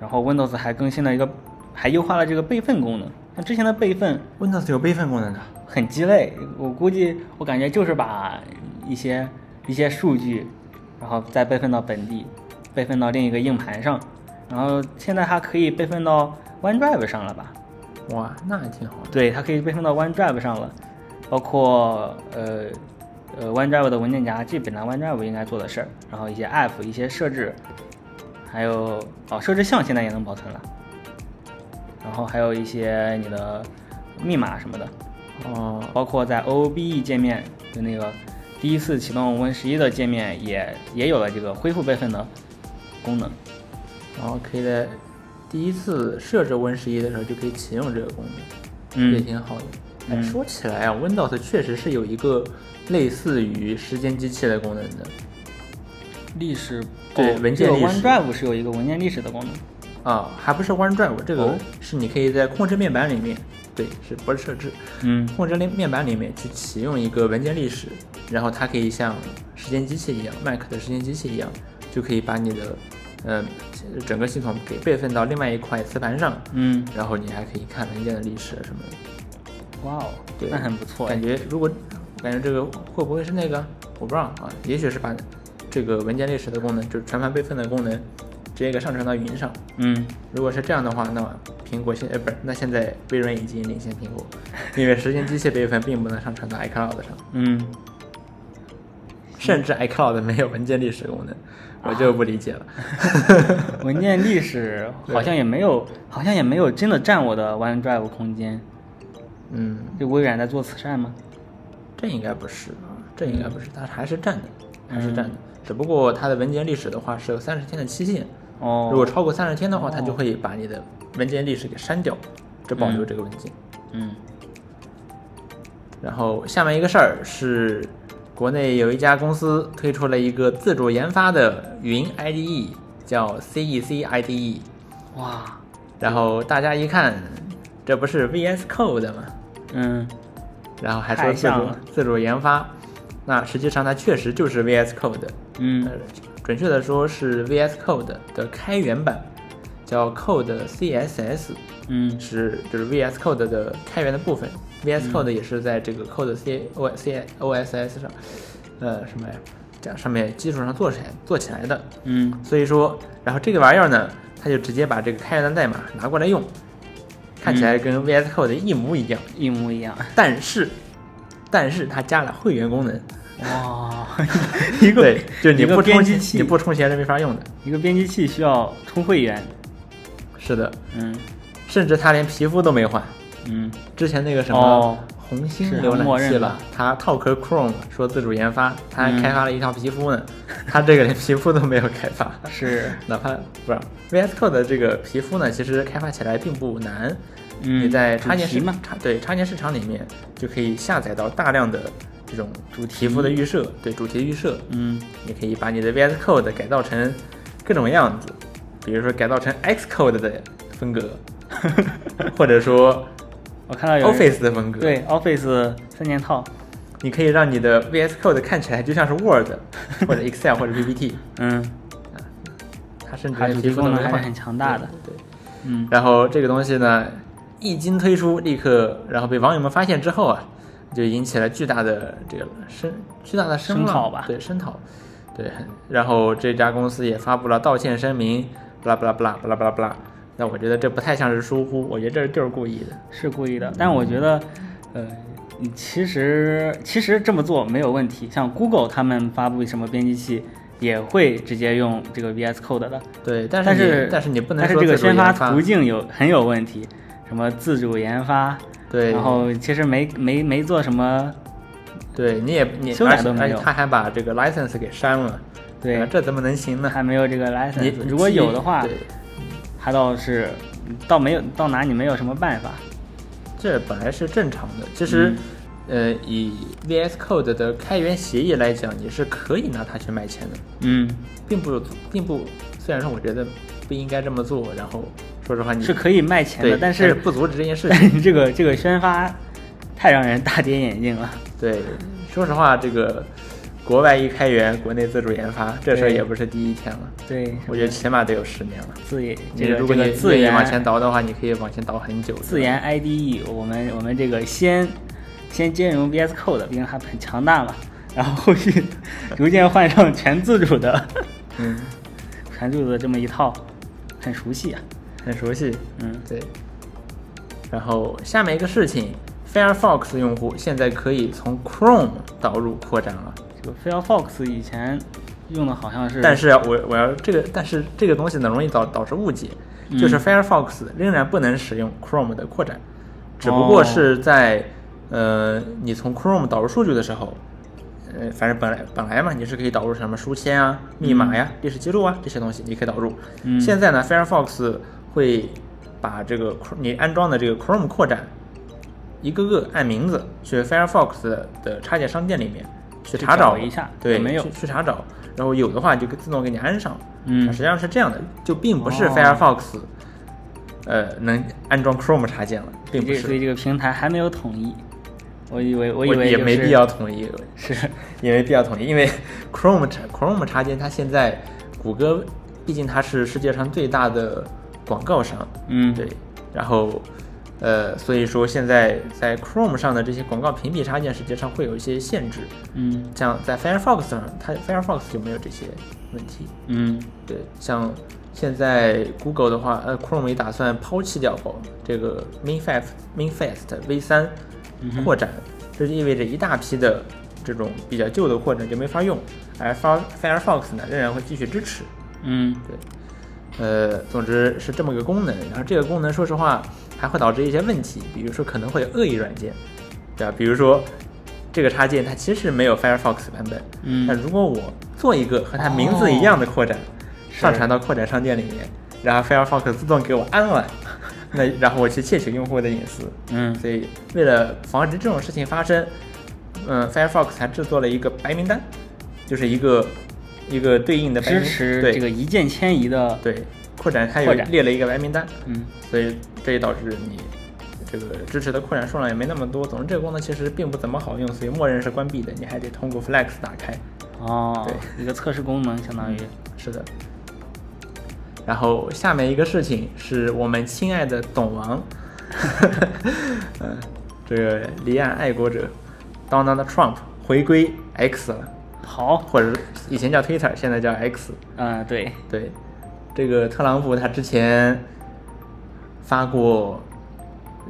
然后 Windows 还更新了一个，还优化了这个备份功能。那之前的备份 Windows 有备份功能的。很鸡肋，我估计我感觉就是把一些一些数据，然后再备份到本地，备份到另一个硬盘上，然后现在它可以备份到 OneDrive 上了吧？哇，那还挺好的。对，它可以备份到 OneDrive 上了，包括呃呃 OneDrive 的文件夹，这本来 OneDrive 应该做的事儿，然后一些 App、一些设置，还有哦设置项现在也能保存了，然后还有一些你的密码什么的，哦，包括在 OOBE 界面就那个第一次启动 Win 十一的界面也也有了这个恢复备份的功能。然后可以在第一次设置 Win 十一的时候就可以启用这个功能，嗯也挺好的。哎，说起来啊，Windows 确实是有一个类似于时间机器的功能的历史对哦文件这个历史 OneDrive 是有一个文件历史的功能。啊，还不是 OneDrive，这个哦是你可以在控制面板里面，对，是不是设置？嗯，控制面面板里面去启用一个文件历史，然后它可以像时间机器一样，Mac 的时间机器一样，就可以把你的呃整个系统给备份到另外一块磁盘上，嗯，然后你还可以看文件的历史什么的。哇哦，对那很不错哎感。觉如果感觉这个会不会是那个？我不知道啊，也许是把这个文件历史的功能，就是传盘备份的功能，直接给上传到云上。嗯，如果是这样的话，那苹果现呃不是，那现在微软已经领先苹果，因为时间机器备份并不能上传到 iCloud 上，嗯， 甚至 iCloud 没有文件历史功能，我就不理解了。文件历史好像也没有，好像也没有真的占我的 OneDrive 空间。嗯，这微软在做慈善吗？这应该不是，啊这应该不是，它还是占的，还是占的。嗯只不过它的文件历史的话是有三十天的期限，哦，如果超过三十天的话，它就会把你的文件历史给删掉，只保留这个文件。嗯然后下面一个事儿是，国内有一家公司推出了一个自主研发的云 IDE，叫 E CEC IDE。哇，然后大家一看，这不是 VS Code 吗？嗯然后还太说自像主了自主研发，那实际上它确实就是 VS Code，呃嗯，准确的说是 VS Code 的开源版，叫 Code CSS。嗯是就是 VS Code 的开源的部分，VS Code 也是在这个 Code C O C O S S 上，呃什么呀，这样上面基础上做起来做起来的。嗯所以说，然后这个玩意儿呢，它就直接把这个开源的代码拿过来用，看起嗯来跟 VS Code 一模一样，一模一样。但是，但是它加了会员功能，哇，一个对，就是 你一个不充编辑钱器你不充钱是没法用的。 一个编辑器需要充会员。是的，嗯甚至它连皮肤都没换，嗯，之前那个什么、哦红星是浏默览认器的了，它套壳 Chrome 说自主研发，它还嗯开发了一套皮肤呢， 它这个连皮肤都没有开发， 是，哪怕不是 VS Code 的这个皮肤呢，其实开发起来并不难，嗯，你在主插件题市嘛，插对插件市场里面就可以下载到大量的这种主皮肤的预设，对主题预设，嗯你可以把你的 VS Code 改造成各种样子，比如说改造成 Xcode 的风格， 或者说我看到有人 Office 的风格，对 Office 三件套，你可以让你的 VS Code 看起来就像是 Word 或者 Excel 或者 PPT，嗯它甚至它连主皮题肤功都能没还是换很强大的。对，对嗯然后这个东西呢，一经推出，立刻然后被网友们发现之后啊，就引起了巨大的这个声巨大的声浪声讨吧对声讨，对。然后这家公司也发布了道歉声明，巴拉巴拉巴拉巴拉巴拉巴拉。那我觉得这不太像是疏忽，我觉得这就是故意的。是故意的，但我觉得，呃，你其实其实这么做没有问题。像 Google 他们发布什么编辑器，也会直接用这个 VS Code 的，对，但但是你是但是你不能但是说这个自主研发发途径有很有问题，什么自主研发，对，然后其实没没没做什么，对你也你修而改且都没而且有他还把这个 license 给删了，啊对吧这怎么能行呢？还没有这个你 license。如果有的话，对他倒是倒没有倒拿你没有什么办法。嗯这本来是正常的。其实，呃，以 VS Code 的开源协议来讲，你是可以拿它去卖钱的，嗯，并不并不。虽然说我觉得不应该这么做，然后说实话你是可以卖钱的，对，但是是不阻止这件事但情。 是这个这个宣发太让人大跌眼镜了。 对，说实话，这个国外一开源，国内自主研发，这事儿对也不是第一天了。对，我觉得起码得有十年了。字也你这个如果这你个字愿意往前源倒的话，你可以往前倒很久。字源 IDE，我 E，们我们这个先先兼容 VS Code，毕竟它很强大嘛， 然后后续 逐渐换上全自主的 嗯，全自主的这么一套，很熟悉啊。很熟悉。嗯对。然后下面一个事情，Firefox 用户现在可以从 Chrome 导入扩展了。这个 Firefox 以前用的好像是，但是我我要这个，但是这个东西呢，容易导导致误解，嗯就是 Firefox 仍然不能使用 Chrome 的扩展，只不过哦是在、呃你从 Chrome 导入数据的时候。呃，反正本来本来嘛，你是可以导入什么书签啊、密码呀、历史记录啊这些东西，你可以导入。嗯现在呢，Firefox 会把这个 Chr- 你安装的这个 Chrome 扩展一个个按名字去 Firefox 的的插件商店里面去查找找一下对，有没有去去查找，然后有的话就自动给你安上。啊嗯实际上是这样的，就并不是哦 Firefox，、呃，能安装 Chrome 插件了，并不这所以是，这个平台还没有统一。我以为我以我为、也就是、没必要统一，是也没必要统一，因为 Chrome 插 Chrome 插件它现在谷歌毕竟它是世界上最大的广告商，嗯对，然后呃，所以说现在在 Chrome 上的这些广告屏蔽插件实际上会有一些限制，嗯像在 Firefox 上，它 Firefox 就没有这些问题。嗯对，像现在 Google 的话，呃，Chrome 也打算抛弃掉这个 MinFast MinFast V3 扩展，这就意味着一大批的这种比较旧的扩展就没法用，而 Fire- Firefox 呢仍然会继续支持。嗯对，呃，总之是这么个功能。然后这个功能，说实话还会导致一些问题，比如说可能会有恶意软件，对吧？比如说这个插件它其实没有 Firefox 版本，嗯哦但如果我做一个和它名字一样的扩展，是上传到扩展商店里面，然后 Firefox 自动给我安了，那然后我去窃取用户的隐私，嗯所以为了防止这种事情发生，嗯，Firefox 还制作了一个白名单，就是一个一个对应的白名支持对这个一键迁移的对，扩展它有扩展列了一个白名单，嗯所以这也导致你这个支持的扩展数量也没那么多。总之，这个功能其实并不怎么好用，所以默认是关闭的，你还得通过 Flex 打开。哦对一个测试功能相当于是的。然后下面一个事情是我们亲爱的董王，嗯，这个离岸爱国者 Donald Trump 回归 X 了，好或者是以前叫 Twitter，现在叫 X。嗯、 对对，这个特朗普他之前发过，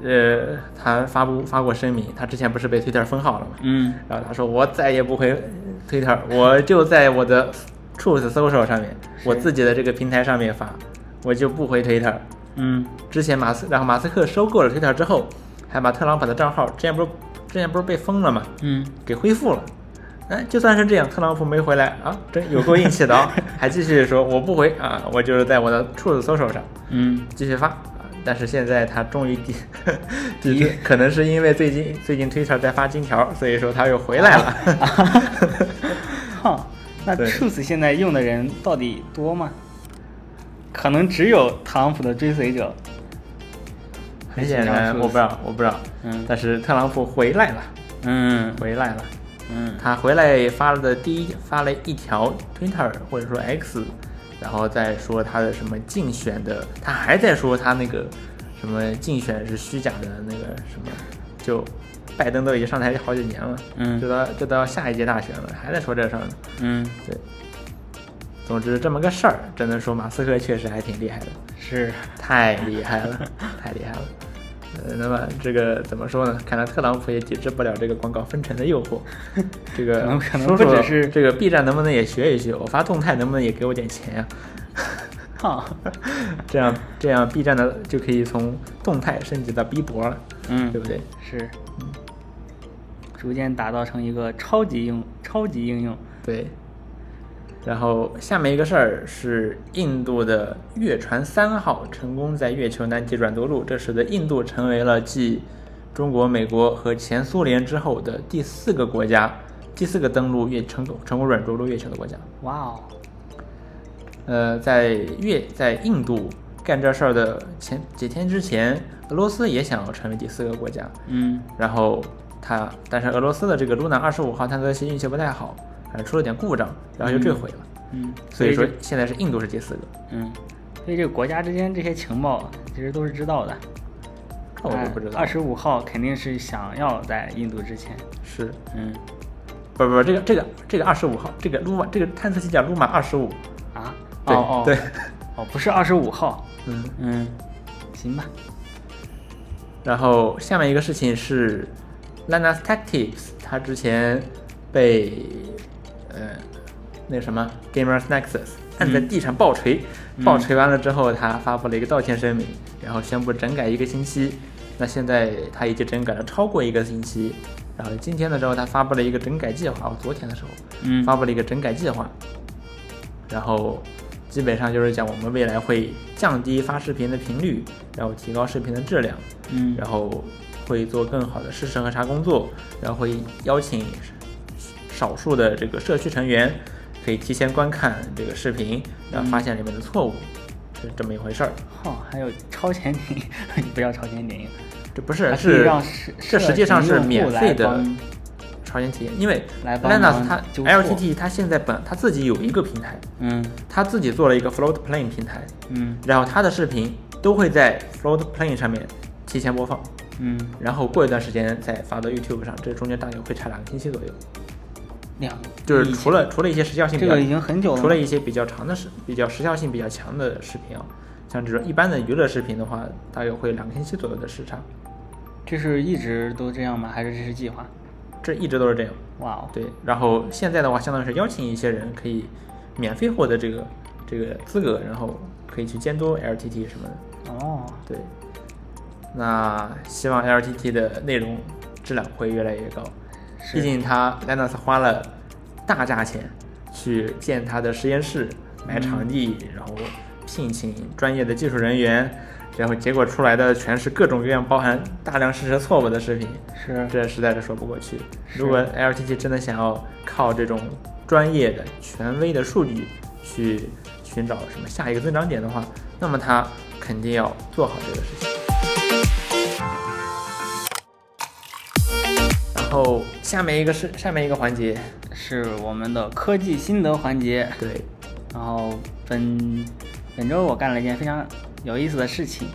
呃，他发布发过声明，他之前不是被 Twitter 封号了吗？嗯然后他说我再也不回 Twitter，我就在我的 Truth Social 上面，我自己的这个平台上面发，我就不回 Twitter。嗯之前马斯，然后马斯克收购了 Twitter 之后，还把特朗普的账号，之前不是之前不是被封了吗？嗯给恢复了。哎，就算是这样，特朗普没回来啊，真有够硬气的啊、还继续说我不回啊，我就是在我的处子搜手上 嗯继续发。啊但是现在他终于 抵，就是可能是因为最近最近 Twitter 在发金条，所以说他又回来了。 哈那对 Truth 现在用的人到底多吗？可能只有特朗普的追随者很显然，我不知道，我不知道。嗯但是特朗普回来了，嗯回来了。嗯他回来发了的第一发了一条 Twitter 或者说 X，然后再说他的什么竞选的，他还在说他那个什么竞选是虚假的那个什么，就拜登都已经上台好几年了，嗯这到这到下一届大选了，还在说这事儿呢。嗯对，总之这么个事儿，只能说马斯克确实还挺厉害的。是太厉害 了，太厉害了。呃，那么这个怎么说呢？看来特朗普也抵制不了这个广告分成的诱惑。这个可能可能说不说只是这个 B 站能不能也学一学？我发动态能不能也给我点钱呀、哈这样这样 B 站的就可以从动态升级到 B 博了， 嗯对不对？是，逐渐打造成一个超级应超级应用。对。然后下面一个事儿是印度的月船三号成功在月球南极软着陆，这使得印度成为了继中国、美国和前苏联之后的第四个国家，第四个登陆月成功成功软着陆月球的国家。哇哦，呃，在月在印度干这事儿的前几天之前，俄罗斯也想要成为第四个国家，嗯然后它，但是俄罗斯的这个 Luna 二十五号探测器运气不太好，呃，出了点故障，然后就坠毁了。嗯，所以说这，现在是印度是第四个，嗯，所以这个国家之间这些情报其实都是知道的。哎这我就不知道。二十五号肯定是想要在印度之前。是，嗯不不，这个这个这个二十五号，这个鲁马这个探测器叫鲁马二十五。啊，对哦哦 对，哦不是二十五号。嗯，嗯，行吧。然后下面一个事情是 Linus Tech Tips，他之前被呃那什么 Gamers Nexus 按在地上暴锤，暴锤完了之后，他发布了一个道歉声明，然后宣布整改一个星期。那现在他已经整改了超过一个星期，然后今天的时候他发布了一个整改计划，我昨天的时候，嗯发布了一个整改计划，然后基本上就是讲我们未来会降低发视频的频率，然后提高视频的质量，嗯然后会做更好的师审核查工作，然后会邀请少数的这个社区成员可以提前观看这个视频，然嗯后发现里面的错误，是这么一回事儿。哦，还有超前点映，你 不要超前点映，这不是还可以是让实这实际上是免费的嗯超前体验，因为来帮 Linux 忙它纠错 LTT 它现在本它自己有一个平台，嗯它自己做了一个 Float Plane 平台，嗯然后它的视频都会在 Float Plane 上面提前播放，嗯，然后过一段时间再发到 YouTube 上，这中间大概会差两个星期左右。两就是以前除了除了一些时效性比这较个已经很久了吗，除了一些比较长的时、比较时效性比较强的视频啊，像这种一般的娱乐视频的话，大约会两个星期左右的时差，这是一直都这样吗？还是这是计划？这一直都是这样。哇哦，对，然后现在的话，相当于是邀请一些人可以免费获得这个这个资格，然后可以去监督 LTT 什么的。哦，对，那希望 LTT 的内容质量会越来越高，是毕竟他 Linux 花了大价钱去建他的实验室，买场地，然后聘请专业的技术人员，然后结果出来的全是各种各样包含大量事实错误的视频，是这实在是说不过去。是如果 LTT 真的想要靠这种专业的、权威的数据去寻找什么下一个增长点的话，那么它肯定要做好这个事情。然后下面一个是下面一个环节，是我们的科技心得环节。对，然后本本周我干了一件非常有意思的事情，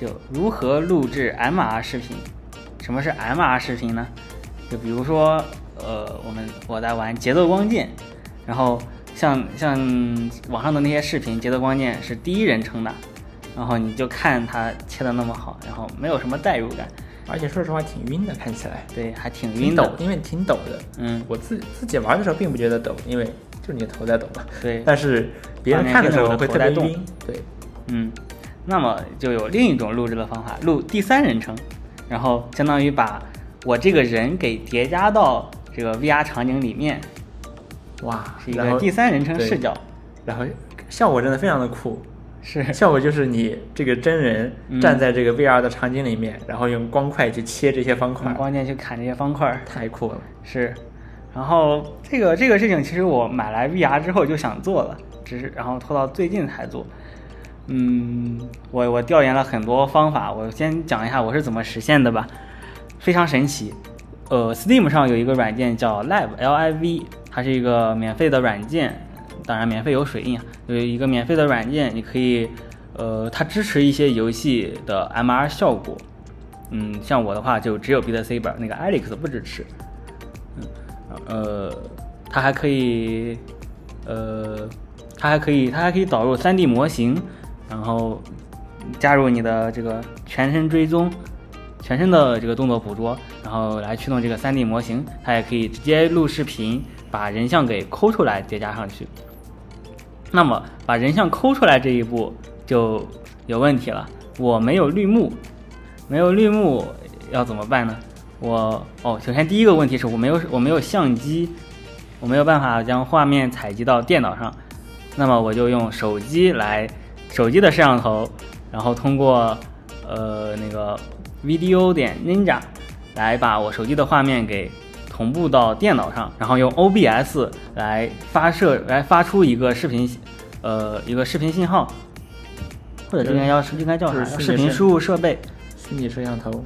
就如何录制 MR 视频。什么是 MR 视频呢？就比如说，呃，我们我在玩节奏光剑，然后像像网上的那些视频，节奏光剑是第一人称的，然后你就看它切的那么好，然后没有什么代入感，而且说实话挺晕的，看起来对，还挺挺晕抖的，，因为挺抖的。嗯，我自自己玩的时候并不觉得抖，因为就是你的头在抖嘛。对，但是别人看的时候会特别啊画面跟着我的头在晕，对，嗯，那么就有另一种录制的方法，录第三人称，然后相当于把我这个人给叠加到这个 VR 场景里面，哇，是一然个后第三人称视角，然后效果真的非常 的酷，是效果就是你这个真人嗯站在这个 VR 的场景里面，然后用光块去切这些方块用，嗯光剑去砍这些方块儿， 太酷了。是。然后这个这个事情，其实我买来 VR 之后就想做了，只是然后拖到最近才做。嗯，我我调研了很多方法，我先讲一下我是怎么实现的吧，非常神奇。呃，Steam 上有一个软件叫 Live L I V，它是一个免费的软件，当然免费有水印啊，有一个免费的软件，你可以，呃，它支持一些游戏的 MR 效果。嗯，像我的话就只有 Beat Saber，那个 Alex 不支持。呃，它还可以，呃，它还可以，它还可以导入 3D 模型，然后加入你的这个全身追踪、全身的这个动作捕捉，然后来驱动这个 3D 模型。它也可以直接录视频，把人像给抠出来叠加上去。那么把人像抠出来这一步就有问题了，我没有绿幕，没有绿幕要怎么办呢？我哦，首先第一个问题是我没有我没有相机，我没有办法将画面采集到电脑上，那么我就用手机来手机的摄像头，然后通过呃那个 VDO 点 Ninja 来把我手机的画面给同步到电脑上，然后用 OBS 来发射来发出一个视频呃一个视频信号，或者这应该要应该叫啥就是？视频是输入设备虚拟摄像头，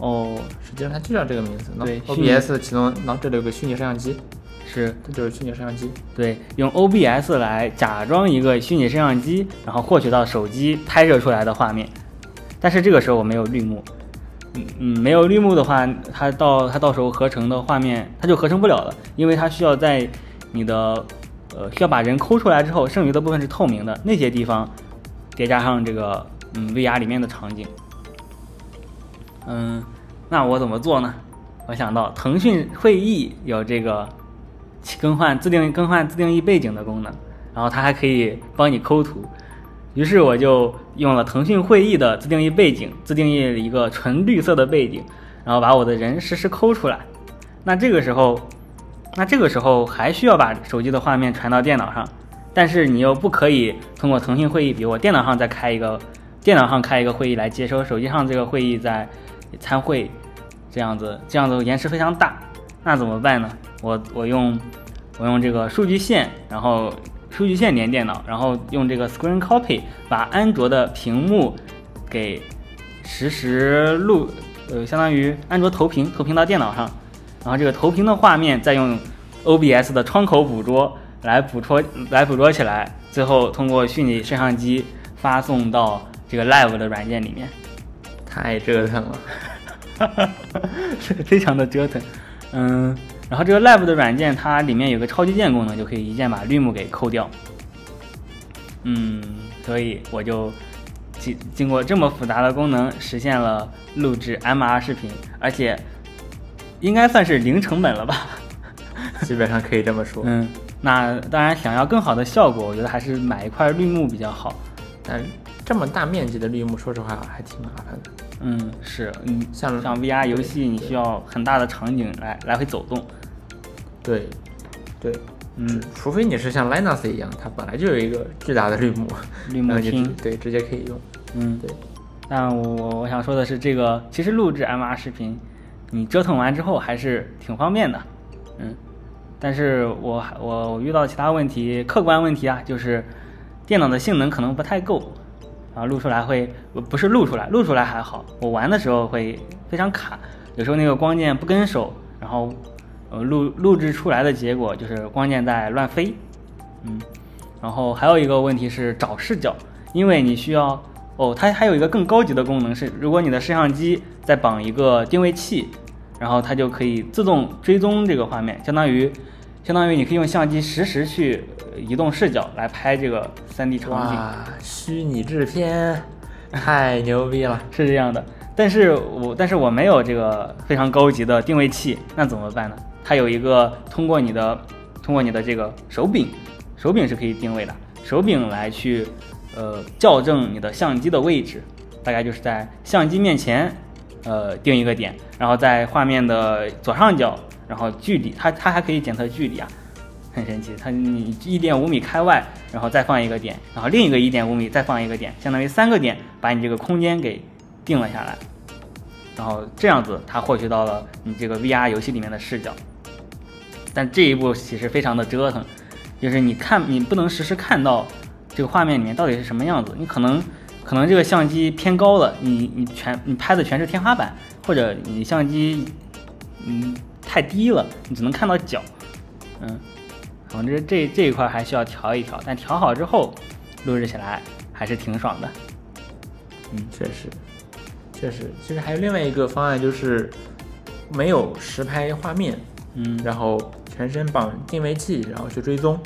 哦。实际上它就叫这个名字。那对虚拟，OBS 启动，然后这里有个虚拟摄像机，是这就是虚拟摄像机。对，用 OBS 来假装一个虚拟摄像机，然后获取到手机拍摄出来的画面。但是这个时候我没有绿幕，嗯嗯，没有绿幕的话，它到它到时候合成的画面它就合成不了了，因为它需要在你的呃需要把人抠出来之后，剩余的部分是透明的，那些地方叠加上这个嗯 VR 里面的场景。嗯，那我怎么做呢？我想到腾讯会议有这个更换自定更换自定义背景的功能，然后它还可以帮你抠图。于是我就用了腾讯会议的自定义背景，自定义了一个纯绿色的背景，然后把我的人实时抠出来。那这个时候，那这个时候还需要把手机的画面传到电脑上，但是你又不可以通过腾讯会议，比如我电脑上再开一个，电脑上开一个会议来接收手机上这个会议在参会，这样子这样子延迟非常大，那怎么办呢？我我用我用这个数据线，然后数据线连电脑，然后用这个 Screen Copy 把安卓的屏幕给实时录，呃，相当于安卓投屏，投屏到电脑上，然后这个投屏的画面再用 OBS 的窗口捕捉来捕捉来捕捉起来，最后通过虚拟摄像机发送到这个 Live 的软件里面。 太折腾了。哈哈，是非常的折腾。嗯，然后这个 Live 的软件，它里面有个超级键功能，就可以一键把绿幕给抠掉。嗯，所以我就经经过这么复杂的功能，实现了录制 MR 视频，而且应该算是零成本了吧？ 基本上可以这么说。嗯，那当然，想要更好的效果，我觉得还是买一块绿幕比较好。但这么大面积的绿幕，说实话还挺麻烦的。嗯，是，嗯，像像 VR 游戏，你需要很大的场景来来回走动。对，对，嗯，除非你是像 Linux 一样，它本来就有一个巨大的绿幕，绿幕然后你厅直对直接可以用。嗯，对，但我我我想说的是，这个其实录制 MR 视频，你折腾完之后还是挺方便的，嗯。但是我还我我遇到其他问题，客观问题啊，就是电脑的性能可能不太够，然后录出来会不不是录出来，录出来还好，我玩的时候会非常卡，有时候那个光键不跟手，然后呃录录制出来的结果就是光键在乱飞，嗯，然后还有一个问题是找视角，因为你需要哦，它还有一个更高级的功能是，如果你的摄像机再绑一个定位器，然后它就可以自动追踪这个画面，相当于相当于你可以用相机实时去呃移动视角来拍这个 3D 场景。哇，虚拟制片太牛逼了！是这样的。但是我但是我没有这个非常高级的定位器，那怎么办呢？它有一个通过你的通过你的这个手柄，手柄是可以定位的，手柄来去呃校正你的相机的位置，大概就是在相机面前呃定一个点，然后在画面的左上角，然后距离它它还可以检测距离啊，很神奇，它你一点五米开外，然后再放一个点，然后另一个一点五米再放一个点，相当于三个点把你这个空间给定了下来，然后这样子它获取到了你这个 VR 游戏里面的视角。但这一步其实非常的折腾，就是你看你不能实时看到这个画面里面到底是什么样子，你可能可能这个相机偏高了，你你全你拍的全是天花板，或者你相机嗯太低了，你只能看到脚，嗯，总之这这一块还需要调一调，但调好之后录制起来还是挺爽的。 嗯，确实，确实。其实还有另外一个方案，就是没有实拍画面，嗯，然后全身绑定位器，然后去追踪，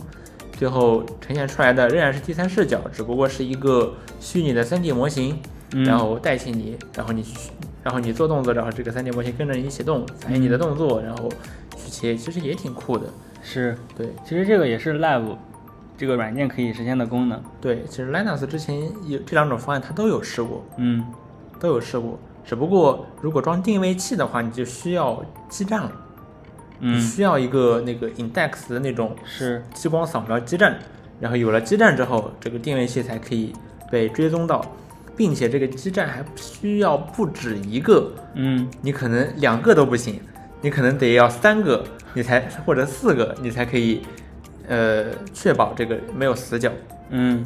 最后呈现出来的仍然是第三视角，只不过是一个虚拟的 3D 模型，嗯然后带起你，然后你去，然后你做动作，然后这个 3D 模型跟着你一起动，反映你的动作，然后去切，其实也挺酷的。是，对其实这个也是 Live 这个软件可以实现的功能。对，其实 Linux 之前有这两种方案，它都有试过，嗯，都有试过。只不过如果装定位器的话，你就需要基站了，你嗯，需要一个那个 index 的那种是，激光扫描基站，然后有了基站之后，这个定位器才可以被追踪到，并且这个基站还需要不止一个，嗯，你可能两个都不行，你可能得要三个，你才或者四个，你才可以，呃，确保这个没有死角。嗯，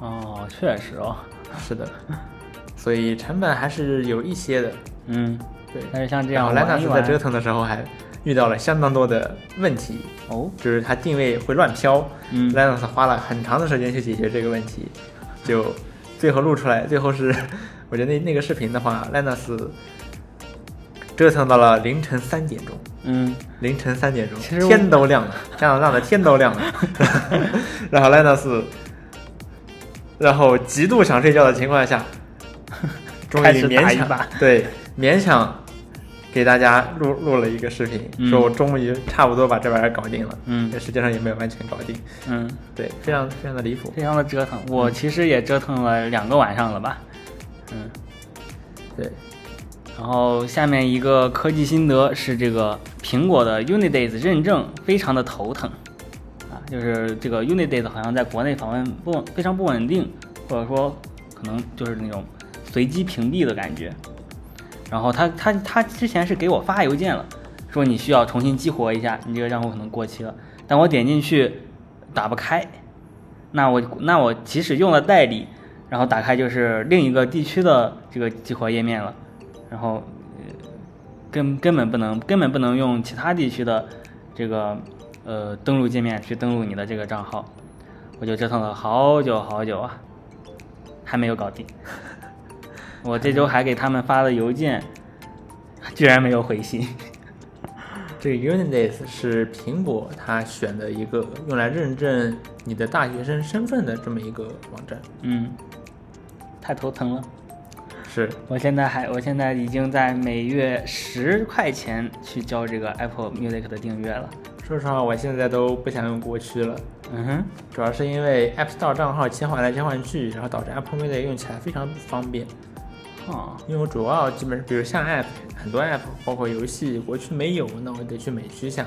哦，确实哦，是的， 所以成本还是有一些的。嗯，对，但是像这然样后莱纳玩一斯在折玩，腾的时候还遇到了相当多的问题，哦，就是它定位会乱飘。嗯莱纳斯花了很长的时间去解决这个问题，就最后录出来，最后是 我觉得那那个视频的话，莱纳斯折腾到了凌晨三点钟。嗯，凌晨三点钟，其实我天都亮了，加拿大的天都亮了。 然后莱纳斯，然后极度想睡觉的情况下，终于开始打勉一强把对勉强给大家录录了一个视频，嗯说我终于差不多把这玩意儿搞定了。嗯实际上也没有完全搞定，嗯，对，非常非常的离谱。非常的折腾。我其实也折腾了两个晚上了吧，嗯。对，然后下面一个科技心得是这个苹果的 Unidays 认证非常的头疼啊，就是这个 Unidays 好像在国内访问不稳非常不稳定，或者说可能就是那种随机屏蔽的感觉。然后他他他之前是给我发邮件了，说你需要重新激活一下，你这个账户可能过期了。但我点进去打不开，那我那我即使用了代理，然后打开就是另一个地区的这个激活页面了，然后呃根根本不能根本不能用其他地区的这个呃登录界面去登录你的这个账号，我就折腾了好久好久啊，还没有搞定。我这周还给他们发了邮件，居然没有回信。 这个 Unisys 是苹果它选的一个用来认证你的大学生身份的这么一个网站，嗯，太头疼了。是我现在还，我现在已经在每月十块钱去交这个 Apple Music 的订阅了。说实话，我现在都不想用国区了，嗯哼，主要是因为 App Store 账号切换来切换去，然后导致 Apple Music 用起来非常不方便。哦，因为我主要基本上，比如像 App，很多 App 包括游戏，国区没有，那我得去美区下。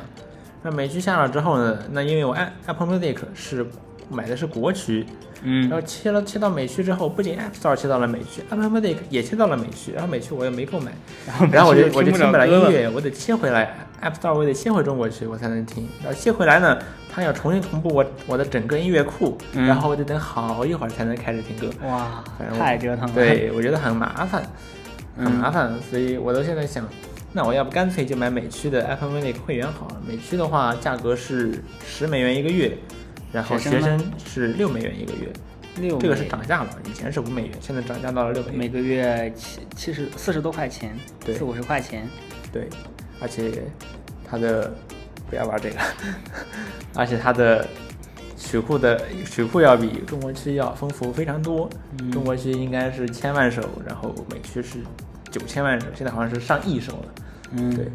那美区下了之后呢，那因为我 App- Apple Music 是买的是国区，然嗯后切了切到美区之后，不仅 App Store 切到了美区，Apple Music 也切到了美区，然后美区我又没购买， 然后我就我就听不了音乐，我得切回来 App Store，我得切回中国去，我才能听。然后切回来呢，它要重新同步我我的整个音乐库，嗯然后我得等好一会儿才能开始听歌。哇，反哎正我太折腾了。，对，我觉得很麻烦，很嗯麻烦，所以我都现在想，那我要不干脆就买美区的 Apple Music 会员好了。美区的话，价格是十美元一个月，然后学学生生是六美元一个月， 六这个是每涨价了，以前是五美元，现在涨价到了六美每元。个月七七十四十多块钱，对四五十块钱。对，而且它的不要玩这个，而且它的。曲库的曲库要比中国区要丰富非常多，嗯中国区应该是千万首，然后美区是九千万首，现在好像是上亿首了。嗯，对。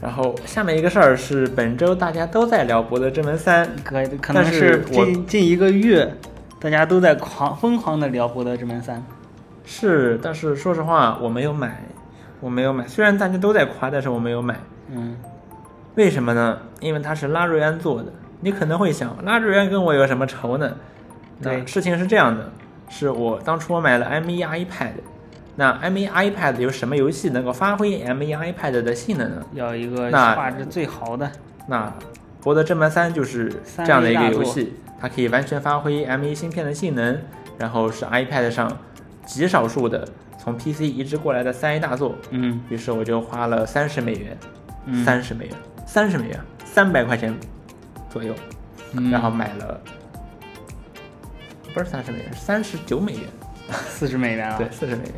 然后下面一个事儿是本周大家都在聊《博德之门三》，可可能但是我近近一个月，大家都在狂疯狂的聊《博德之门三》。是，但是说实话我没有买，我没有买。虽然大家都在夸，但是我没有买，嗯，为什么呢？因为它是拉瑞安做的。你可能会想，拉瑞安跟我有什么仇呢？那对事情是这样的，是我当初我买了 M1 iPad，那 M1 iPad 有什么游戏能够发挥 M1 iPad 的性能呢？要一个那画质最好的。那《博德之门三》就是这样的一个游戏，它可以完全发挥 M1 芯片的性能，然后是 iPad 上极少数的从 PC 移植过来的三 A 大作。嗯于是我就花了三十美元，嗯三十美元，三十美元，三百块钱左右，嗯然后买了，不是三十美元，是三十九美元，四十美元啊。对，，四十美元，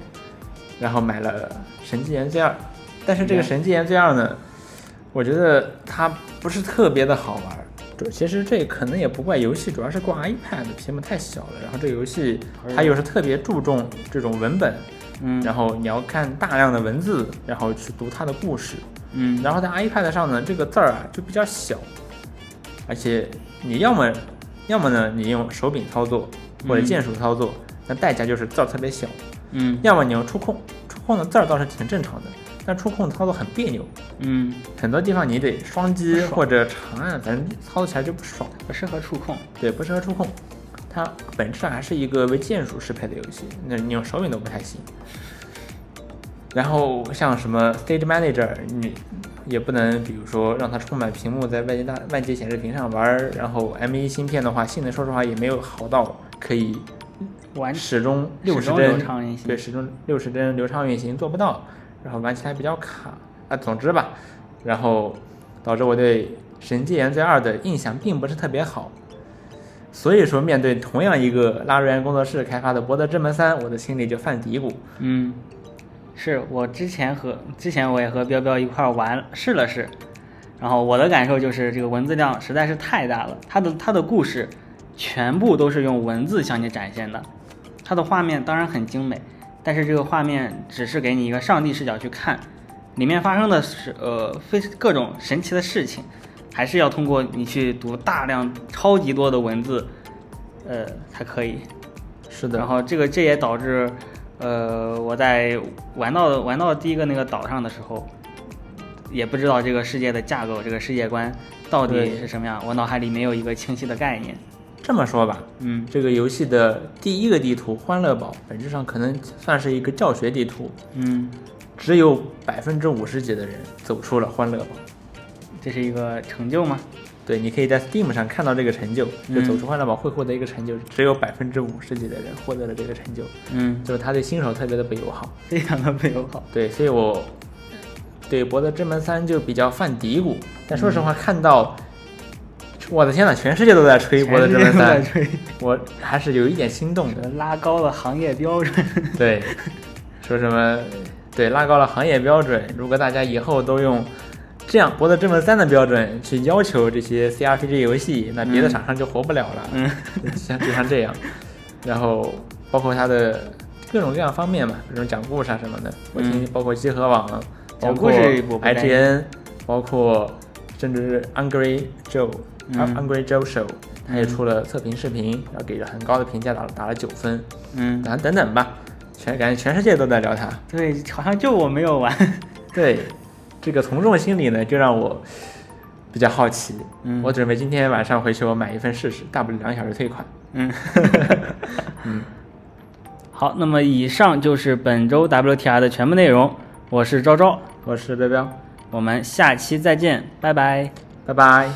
然后买了《神纪元罪二》，但是这个《嗯神纪元罪二》呢，我觉得它不是特别的好玩儿。主其实这可能也不怪游戏，主要是怪 iPad 屏幕太小了，然后这个游戏它有时特别注重这种文本，嗯，然后你要看大量的文字，然后去读它的故事。嗯，然后在 iPad 上呢，这个字儿啊就比较小，而且你要么要么呢你用手柄操作或者嗯键鼠操作，那代价就是字儿特别小。嗯要么你用触控，触控的字儿倒是挺正常的，但触控操作很别扭，嗯，很多地方你得双不击爽或者长按，反正操作起来就不爽，不适合触控。对，不适合触控。它本质上还是一个为键鼠适配的游戏，那你用手柄都不太行。然后像什么 Stage Manager，你也不能，比如说让它充满屏幕在外接大外接显示屏上玩儿。然后 M1 芯片的话，性能说实话也没有好到可以完始终始六十终流帧畅运行对，始终六十帧流畅运行做不到，然后玩起来比较卡啊。总之吧，然后导致我对《神界原罪二》的印象并不是特别好。所以说，面对同样一个拉瑞安工作室开发的《博德之门三》，我的心里就犯嘀咕。嗯，是我之前和之前我也和彪彪一块儿玩试了试，然后我的感受就是这个文字量实在是太大了，它的它的故事全部都是用文字向你展现的，它的画面当然很精美，但是这个画面只是给你一个上帝视角去看，里面发生的是呃非各种神奇的事情，还是要通过你去读大量超级多的文字，呃才可以。是然后这个这也导致，呃，我在玩到玩到第一个那个岛上的时候，也不知道这个世界的架构、这个世界观到底对是什么样，我脑海里没有一个清晰的概念。这么说吧，嗯这个游戏的第一个地图《欢乐堡》本质上可能算是一个教学地图，嗯，只有百分之五十几的人走出了欢乐堡。这是一个成就吗？对，你可以在 Steam 上看到这个成就，就嗯走出欢乐堡会获得一个成就，只有百分之五十几的人获得了这个成就，嗯，就是他对新手特别的不友好。非常的不友好。对，所以我对《博德之门三》就比较犯嘀咕。但说嗯实话，看到我的天呐，全世界都在吹《博德之门全世界都在三》，吹，我还是有一点心动的。拉高了行业标准。 对，说什么对拉高了行业标准，如果大家以后都用这样《博德之门三》的标准去要求这些 CRPG 游戏，那别的嗯厂商就活不了了。嗯 像就像这样，然后包括它的各种各样方面嘛，比如讲故事啊什么的，我听嗯包括集合网，包讲括故事我不担心 IGN，包括甚至是 Angry Joe、嗯 Angry Joe Show，他也出了测评视频，然后给了很高的评价，打了打了九分，嗯，等等等吧，全感觉全世界都在聊它。对，好像就我没有玩。对，这个从众心理呢，就让我比较好奇。嗯我准备今天晚上回去我买一份试试，大不了两个小时退款。嗯，好，那么以上就是本周 WTR 的全部内容。我是昭昭，我是彪彪，我们下期再见，拜拜。拜拜。